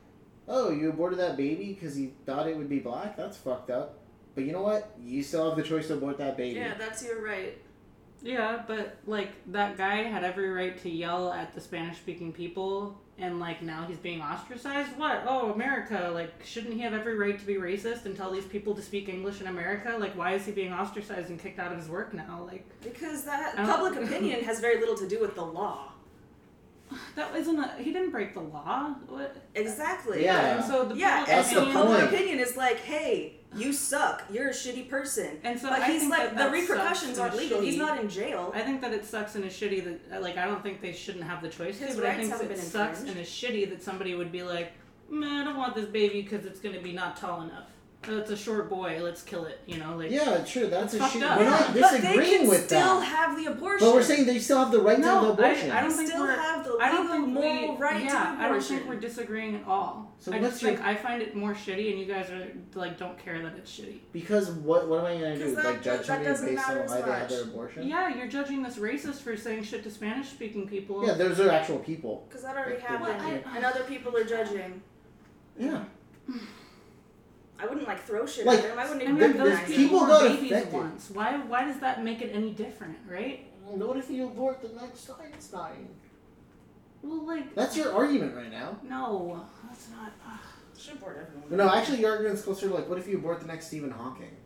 Speaker 2: "Oh, you aborted that baby because you thought it would be black. That's fucked up." But you know what? You still have the choice to abort that baby.
Speaker 3: Yeah, that's your right.
Speaker 1: Yeah, but like that guy had every right to yell at the Spanish speaking people and like now he's being ostracized. What? Oh, America, like shouldn't he have every right to be racist and tell these people to speak English in America? Like why is he being ostracized and kicked out of his work now? Like
Speaker 3: Because that
Speaker 1: I don't-
Speaker 3: public opinion has very little to do with the law.
Speaker 1: that isn't a he didn't break the law. What?
Speaker 3: Exactly.
Speaker 2: Yeah.
Speaker 1: And so the
Speaker 3: Yeah,
Speaker 1: public
Speaker 2: That's
Speaker 3: and
Speaker 2: the
Speaker 3: so
Speaker 1: opinion-
Speaker 3: public
Speaker 2: point.
Speaker 3: opinion is like, hey, you suck. You're a shitty person.
Speaker 1: And so
Speaker 3: But
Speaker 1: I
Speaker 3: he's
Speaker 1: think
Speaker 3: like,
Speaker 1: that that
Speaker 3: the repercussions
Speaker 1: sucks
Speaker 3: aren't
Speaker 1: and
Speaker 3: legal. He's
Speaker 1: shitty.
Speaker 3: not in jail.
Speaker 1: I think that it sucks and is shitty that uh, like I don't think they shouldn't have the choice
Speaker 3: His
Speaker 1: to, but I
Speaker 3: rights
Speaker 1: think
Speaker 3: haven't
Speaker 1: it
Speaker 3: been
Speaker 1: sucks and
Speaker 3: infringed.
Speaker 1: is shitty that somebody would be like, "Man, I don't want this baby because it's gonna be not tall enough. Oh, it's a short boy. Let's kill it." You know, like
Speaker 2: Yeah, true. That's a
Speaker 1: Fucked
Speaker 2: shit.
Speaker 1: up.
Speaker 2: We're not
Speaker 3: but they
Speaker 2: disagreeing
Speaker 3: can
Speaker 2: with
Speaker 3: still
Speaker 2: that.
Speaker 3: have the abortion.
Speaker 2: But we're saying they still have the right to have the
Speaker 1: No, I-
Speaker 2: abortion.
Speaker 1: I don't
Speaker 3: They
Speaker 1: think
Speaker 3: still
Speaker 1: we're-
Speaker 3: have the legal
Speaker 1: I don't think
Speaker 3: moral
Speaker 1: we,
Speaker 3: right to
Speaker 1: yeah,
Speaker 3: an
Speaker 1: I don't
Speaker 3: abortion.
Speaker 1: think we're disagreeing at all.
Speaker 2: So
Speaker 1: I
Speaker 2: what's
Speaker 1: just
Speaker 2: your-
Speaker 1: think I find it more shitty, and you guys are like don't care that it's shitty.
Speaker 2: Because what what am I gonna do?
Speaker 3: 'Cause that-
Speaker 2: like judge
Speaker 3: that
Speaker 2: somebody
Speaker 3: doesn't
Speaker 2: based
Speaker 3: matter
Speaker 2: on
Speaker 3: as
Speaker 2: why they had
Speaker 3: much.
Speaker 2: their abortion?
Speaker 1: Yeah, you're judging this racist for saying shit to Spanish speaking people.
Speaker 2: Yeah, those are actual people.
Speaker 3: Because that already
Speaker 2: Like, they're
Speaker 3: happened,
Speaker 1: judging.
Speaker 3: and other people are judging.
Speaker 2: Yeah.
Speaker 3: I wouldn't like throw shit
Speaker 2: Like,
Speaker 3: at them. I wouldn't
Speaker 1: I mean,
Speaker 2: There-
Speaker 3: even
Speaker 1: those
Speaker 2: there's
Speaker 3: recognize them.
Speaker 1: people
Speaker 2: people
Speaker 1: were
Speaker 2: got
Speaker 1: babies
Speaker 2: affected.
Speaker 1: once. Why? Why does that make it any different, right?
Speaker 2: What if you abort the next Einstein?
Speaker 1: Well, like
Speaker 2: That's your argument right now.
Speaker 1: No, that's not. uh, ugh.
Speaker 3: Should board everyone.
Speaker 2: No, actually, your argument's closer to like, what if you abort the next Stephen Hawking?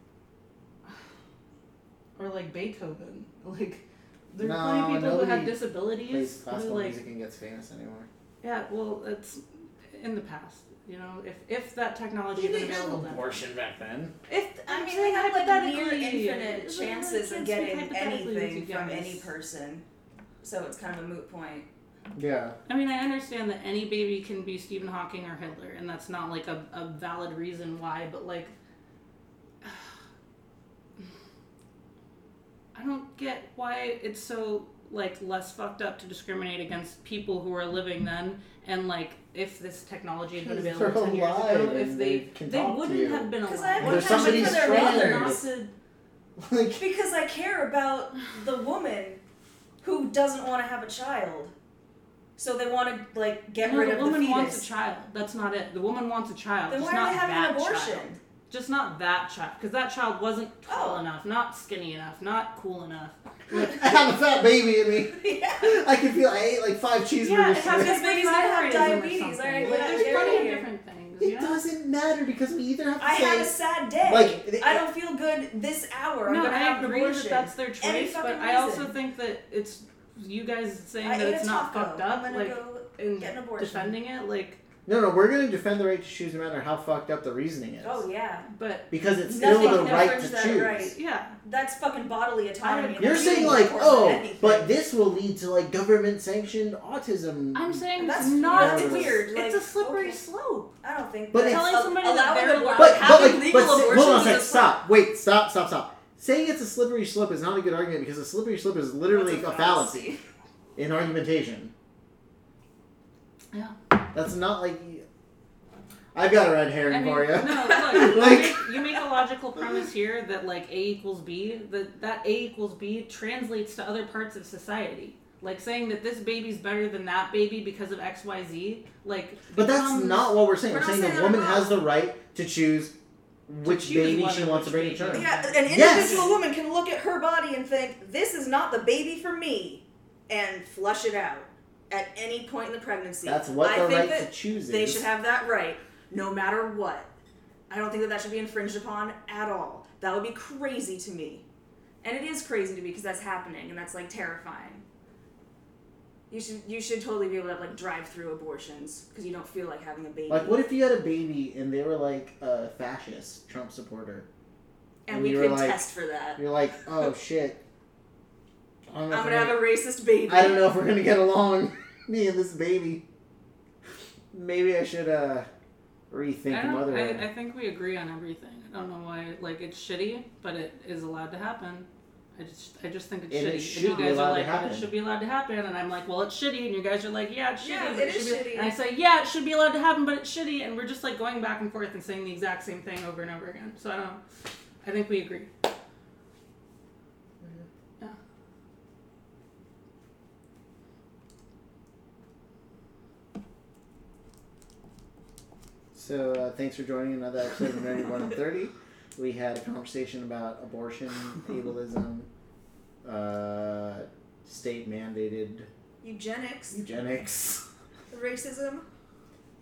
Speaker 1: Or like Beethoven. Like there are
Speaker 2: No,
Speaker 1: plenty of people who have
Speaker 2: nobody
Speaker 1: disabilities
Speaker 2: Plays
Speaker 1: who
Speaker 2: classical
Speaker 1: like
Speaker 2: music and gets famous anymore.
Speaker 1: yeah. Well, it's in the past. You know, if if that technology had been available then.
Speaker 2: back then.
Speaker 1: If
Speaker 3: I
Speaker 1: I'm
Speaker 3: mean, they
Speaker 1: saying
Speaker 3: have like near
Speaker 1: hypothetically,
Speaker 3: infinite
Speaker 1: It's like,
Speaker 3: chances
Speaker 1: I can't
Speaker 3: of getting
Speaker 1: speak hypothetically with
Speaker 3: anything
Speaker 1: you
Speaker 3: from
Speaker 1: guys.
Speaker 3: any person. So it's kind of a moot point.
Speaker 2: Yeah.
Speaker 1: I mean, I understand that any baby can be Stephen Hawking or Hitler, and that's not like a, a valid reason why, but like. I don't get why it's so like less fucked up to discriminate against people who are living then, and like if this technology had been
Speaker 2: Because
Speaker 1: available
Speaker 2: they're
Speaker 1: ten years
Speaker 2: alive
Speaker 1: ago, if
Speaker 2: and
Speaker 1: they
Speaker 2: they can
Speaker 1: they
Speaker 2: talk to
Speaker 1: wouldn't
Speaker 2: you.
Speaker 1: have been alive.
Speaker 3: Because I
Speaker 2: And
Speaker 3: wouldn't
Speaker 2: if
Speaker 3: have been
Speaker 2: somebody's
Speaker 3: for their
Speaker 2: friend-
Speaker 3: mother.
Speaker 2: like,
Speaker 3: Because I care about the woman who doesn't want to have a child. So they want to like get
Speaker 1: no,
Speaker 3: rid
Speaker 1: the
Speaker 3: of
Speaker 1: woman
Speaker 3: the fetus.
Speaker 1: wants a child. That's not it. The woman wants a child.
Speaker 3: then
Speaker 1: just
Speaker 3: why are
Speaker 1: not
Speaker 3: they having
Speaker 1: that
Speaker 3: an abortion?
Speaker 1: child. just not that child because that child wasn't tall
Speaker 3: Oh.
Speaker 1: enough not skinny enough not cool enough
Speaker 2: I have a fat baby in me.
Speaker 3: yeah.
Speaker 2: I can feel. I ate like five
Speaker 1: yeah
Speaker 2: cheeseburgers.
Speaker 1: it has
Speaker 2: today.
Speaker 3: This baby's gonna have
Speaker 1: thyroidism or
Speaker 3: diabetes,
Speaker 1: something.
Speaker 3: alright,
Speaker 1: Like,
Speaker 2: yeah,
Speaker 1: there's
Speaker 2: yeah,
Speaker 1: plenty of
Speaker 3: yeah.
Speaker 1: different things you
Speaker 2: It
Speaker 1: know
Speaker 2: doesn't matter because we either have to
Speaker 3: I
Speaker 2: say
Speaker 3: had a sad day.
Speaker 2: like they-
Speaker 3: I don't feel good this hour. I'm
Speaker 1: no
Speaker 3: gonna
Speaker 1: i
Speaker 3: have
Speaker 1: agree
Speaker 3: an abortion.
Speaker 1: that that's their
Speaker 3: Any
Speaker 1: choice but
Speaker 3: fucking
Speaker 1: i also
Speaker 3: reason.
Speaker 1: think that it's you guys saying
Speaker 3: I
Speaker 1: that
Speaker 3: ate
Speaker 1: it's
Speaker 3: a
Speaker 1: not
Speaker 3: taco.
Speaker 1: fucked up
Speaker 3: I'm gonna
Speaker 1: like
Speaker 3: go
Speaker 1: and
Speaker 3: get an abortion.
Speaker 1: defending it like
Speaker 2: No, no, we're going to defend the right to choose no matter how fucked up the reasoning is.
Speaker 3: Oh yeah.
Speaker 1: but
Speaker 2: Because it's
Speaker 3: Nothing
Speaker 2: still the
Speaker 3: can
Speaker 2: right
Speaker 3: infringe
Speaker 2: to
Speaker 3: that
Speaker 2: choose.
Speaker 3: right.
Speaker 1: yeah
Speaker 3: That's fucking bodily autonomy.
Speaker 1: I-
Speaker 2: You're
Speaker 3: That's
Speaker 2: saying
Speaker 3: even
Speaker 2: like,
Speaker 3: more than
Speaker 2: oh,
Speaker 3: anything.
Speaker 2: but this will lead to like government sanctioned autism.
Speaker 1: i'm saying
Speaker 3: That's
Speaker 1: it's not
Speaker 2: that's
Speaker 1: it's,
Speaker 3: weird, like,
Speaker 1: it's a slippery
Speaker 3: okay.
Speaker 1: slope
Speaker 3: I don't think.
Speaker 2: But
Speaker 3: that-
Speaker 2: it's-
Speaker 1: Telling
Speaker 3: al-
Speaker 1: somebody that
Speaker 3: allowing
Speaker 1: they're
Speaker 3: abor-
Speaker 1: allowed-
Speaker 2: but but
Speaker 3: having
Speaker 2: like
Speaker 3: legal
Speaker 2: but say-
Speaker 3: abortions
Speaker 2: hold on a
Speaker 3: is
Speaker 2: second,
Speaker 3: a
Speaker 2: stop, wait, stop, stop, stop. Saying it's a slippery slope is not a good argument because a slippery slope is literally
Speaker 3: That's
Speaker 2: a fallacy in argumentation.
Speaker 1: yeah
Speaker 2: That's not like I've got a red herring
Speaker 1: I mean,
Speaker 2: for you.
Speaker 1: No, look,
Speaker 2: Like-
Speaker 1: you, make, you make a logical premise here that like A equals B, that that A equals B translates to other parts of society. Like saying that this baby's better than that baby because of X, Y, Z. Like,
Speaker 2: But that's
Speaker 1: becomes-
Speaker 2: not what we're saying.
Speaker 3: We're
Speaker 2: We're,
Speaker 3: not
Speaker 2: saying
Speaker 3: saying
Speaker 2: the
Speaker 3: they're
Speaker 2: woman
Speaker 3: wrong.
Speaker 2: has the right to choose which
Speaker 1: choose
Speaker 2: baby
Speaker 1: one
Speaker 2: she
Speaker 1: of
Speaker 2: wants to
Speaker 1: which
Speaker 2: bring to
Speaker 1: baby.
Speaker 2: term.
Speaker 3: Yeah, an individual
Speaker 2: Yes.
Speaker 3: woman can look at her body and think, "This is not the baby for me," and flush it out at any point in the pregnancy.
Speaker 2: That's what
Speaker 3: I
Speaker 2: the
Speaker 3: think
Speaker 2: right
Speaker 3: that
Speaker 2: to choose
Speaker 3: They
Speaker 2: is.
Speaker 3: should have that right, no matter what. I don't think that that should be infringed upon at all. That would be crazy to me, and it is crazy to me because that's happening and that's like terrifying. You should you should totally be able to have like drive-through abortions because you don't feel like having a baby.
Speaker 2: Like, what if you had a baby and they were like a fascist Trump supporter?
Speaker 3: and
Speaker 2: and
Speaker 3: we
Speaker 2: you were
Speaker 3: could
Speaker 2: like-
Speaker 3: test for that.
Speaker 2: You're like, oh shit. I don't
Speaker 3: I'm
Speaker 2: know, if
Speaker 3: gonna
Speaker 2: we're
Speaker 3: have a racist baby.
Speaker 2: I don't know if we're gonna get along, me and this baby. Maybe I should uh
Speaker 1: I,
Speaker 2: rethink
Speaker 1: don't,
Speaker 2: motherhood.
Speaker 1: I, I think we agree on everything. I don't know why. Like, it's shitty, but it is allowed to happen. I I just I just think it's
Speaker 2: And
Speaker 1: shitty.
Speaker 2: it should
Speaker 1: and
Speaker 2: be
Speaker 1: you guys
Speaker 2: allowed
Speaker 1: are
Speaker 2: to
Speaker 1: like, "Oh,
Speaker 2: happen."
Speaker 1: it should be allowed to happen, and I'm like, well, it's shitty, and you guys are like, yeah, it's shitty.
Speaker 3: Yeah,
Speaker 1: but
Speaker 3: it
Speaker 1: it
Speaker 3: is
Speaker 1: should be-"
Speaker 3: shitty.
Speaker 1: And I say, yeah, it should be allowed to happen, but it's shitty, and we're just like going back and forth and saying the exact same thing over and over again. So I don't. I think we agree.
Speaker 2: So uh, thanks for joining another episode of Nerdy One Thirty. We had a conversation about abortion, ableism, uh, state mandated
Speaker 3: Eugenics,
Speaker 2: eugenics,
Speaker 3: racism,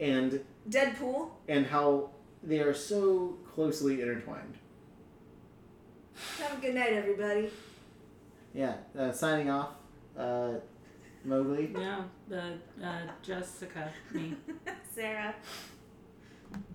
Speaker 2: and
Speaker 3: Deadpool.
Speaker 2: and how they are so closely intertwined.
Speaker 3: Have a good night, everybody.
Speaker 2: Yeah, uh, signing off, uh, Mowgli.
Speaker 1: Yeah, the uh, Jessica, me.
Speaker 3: Sarah.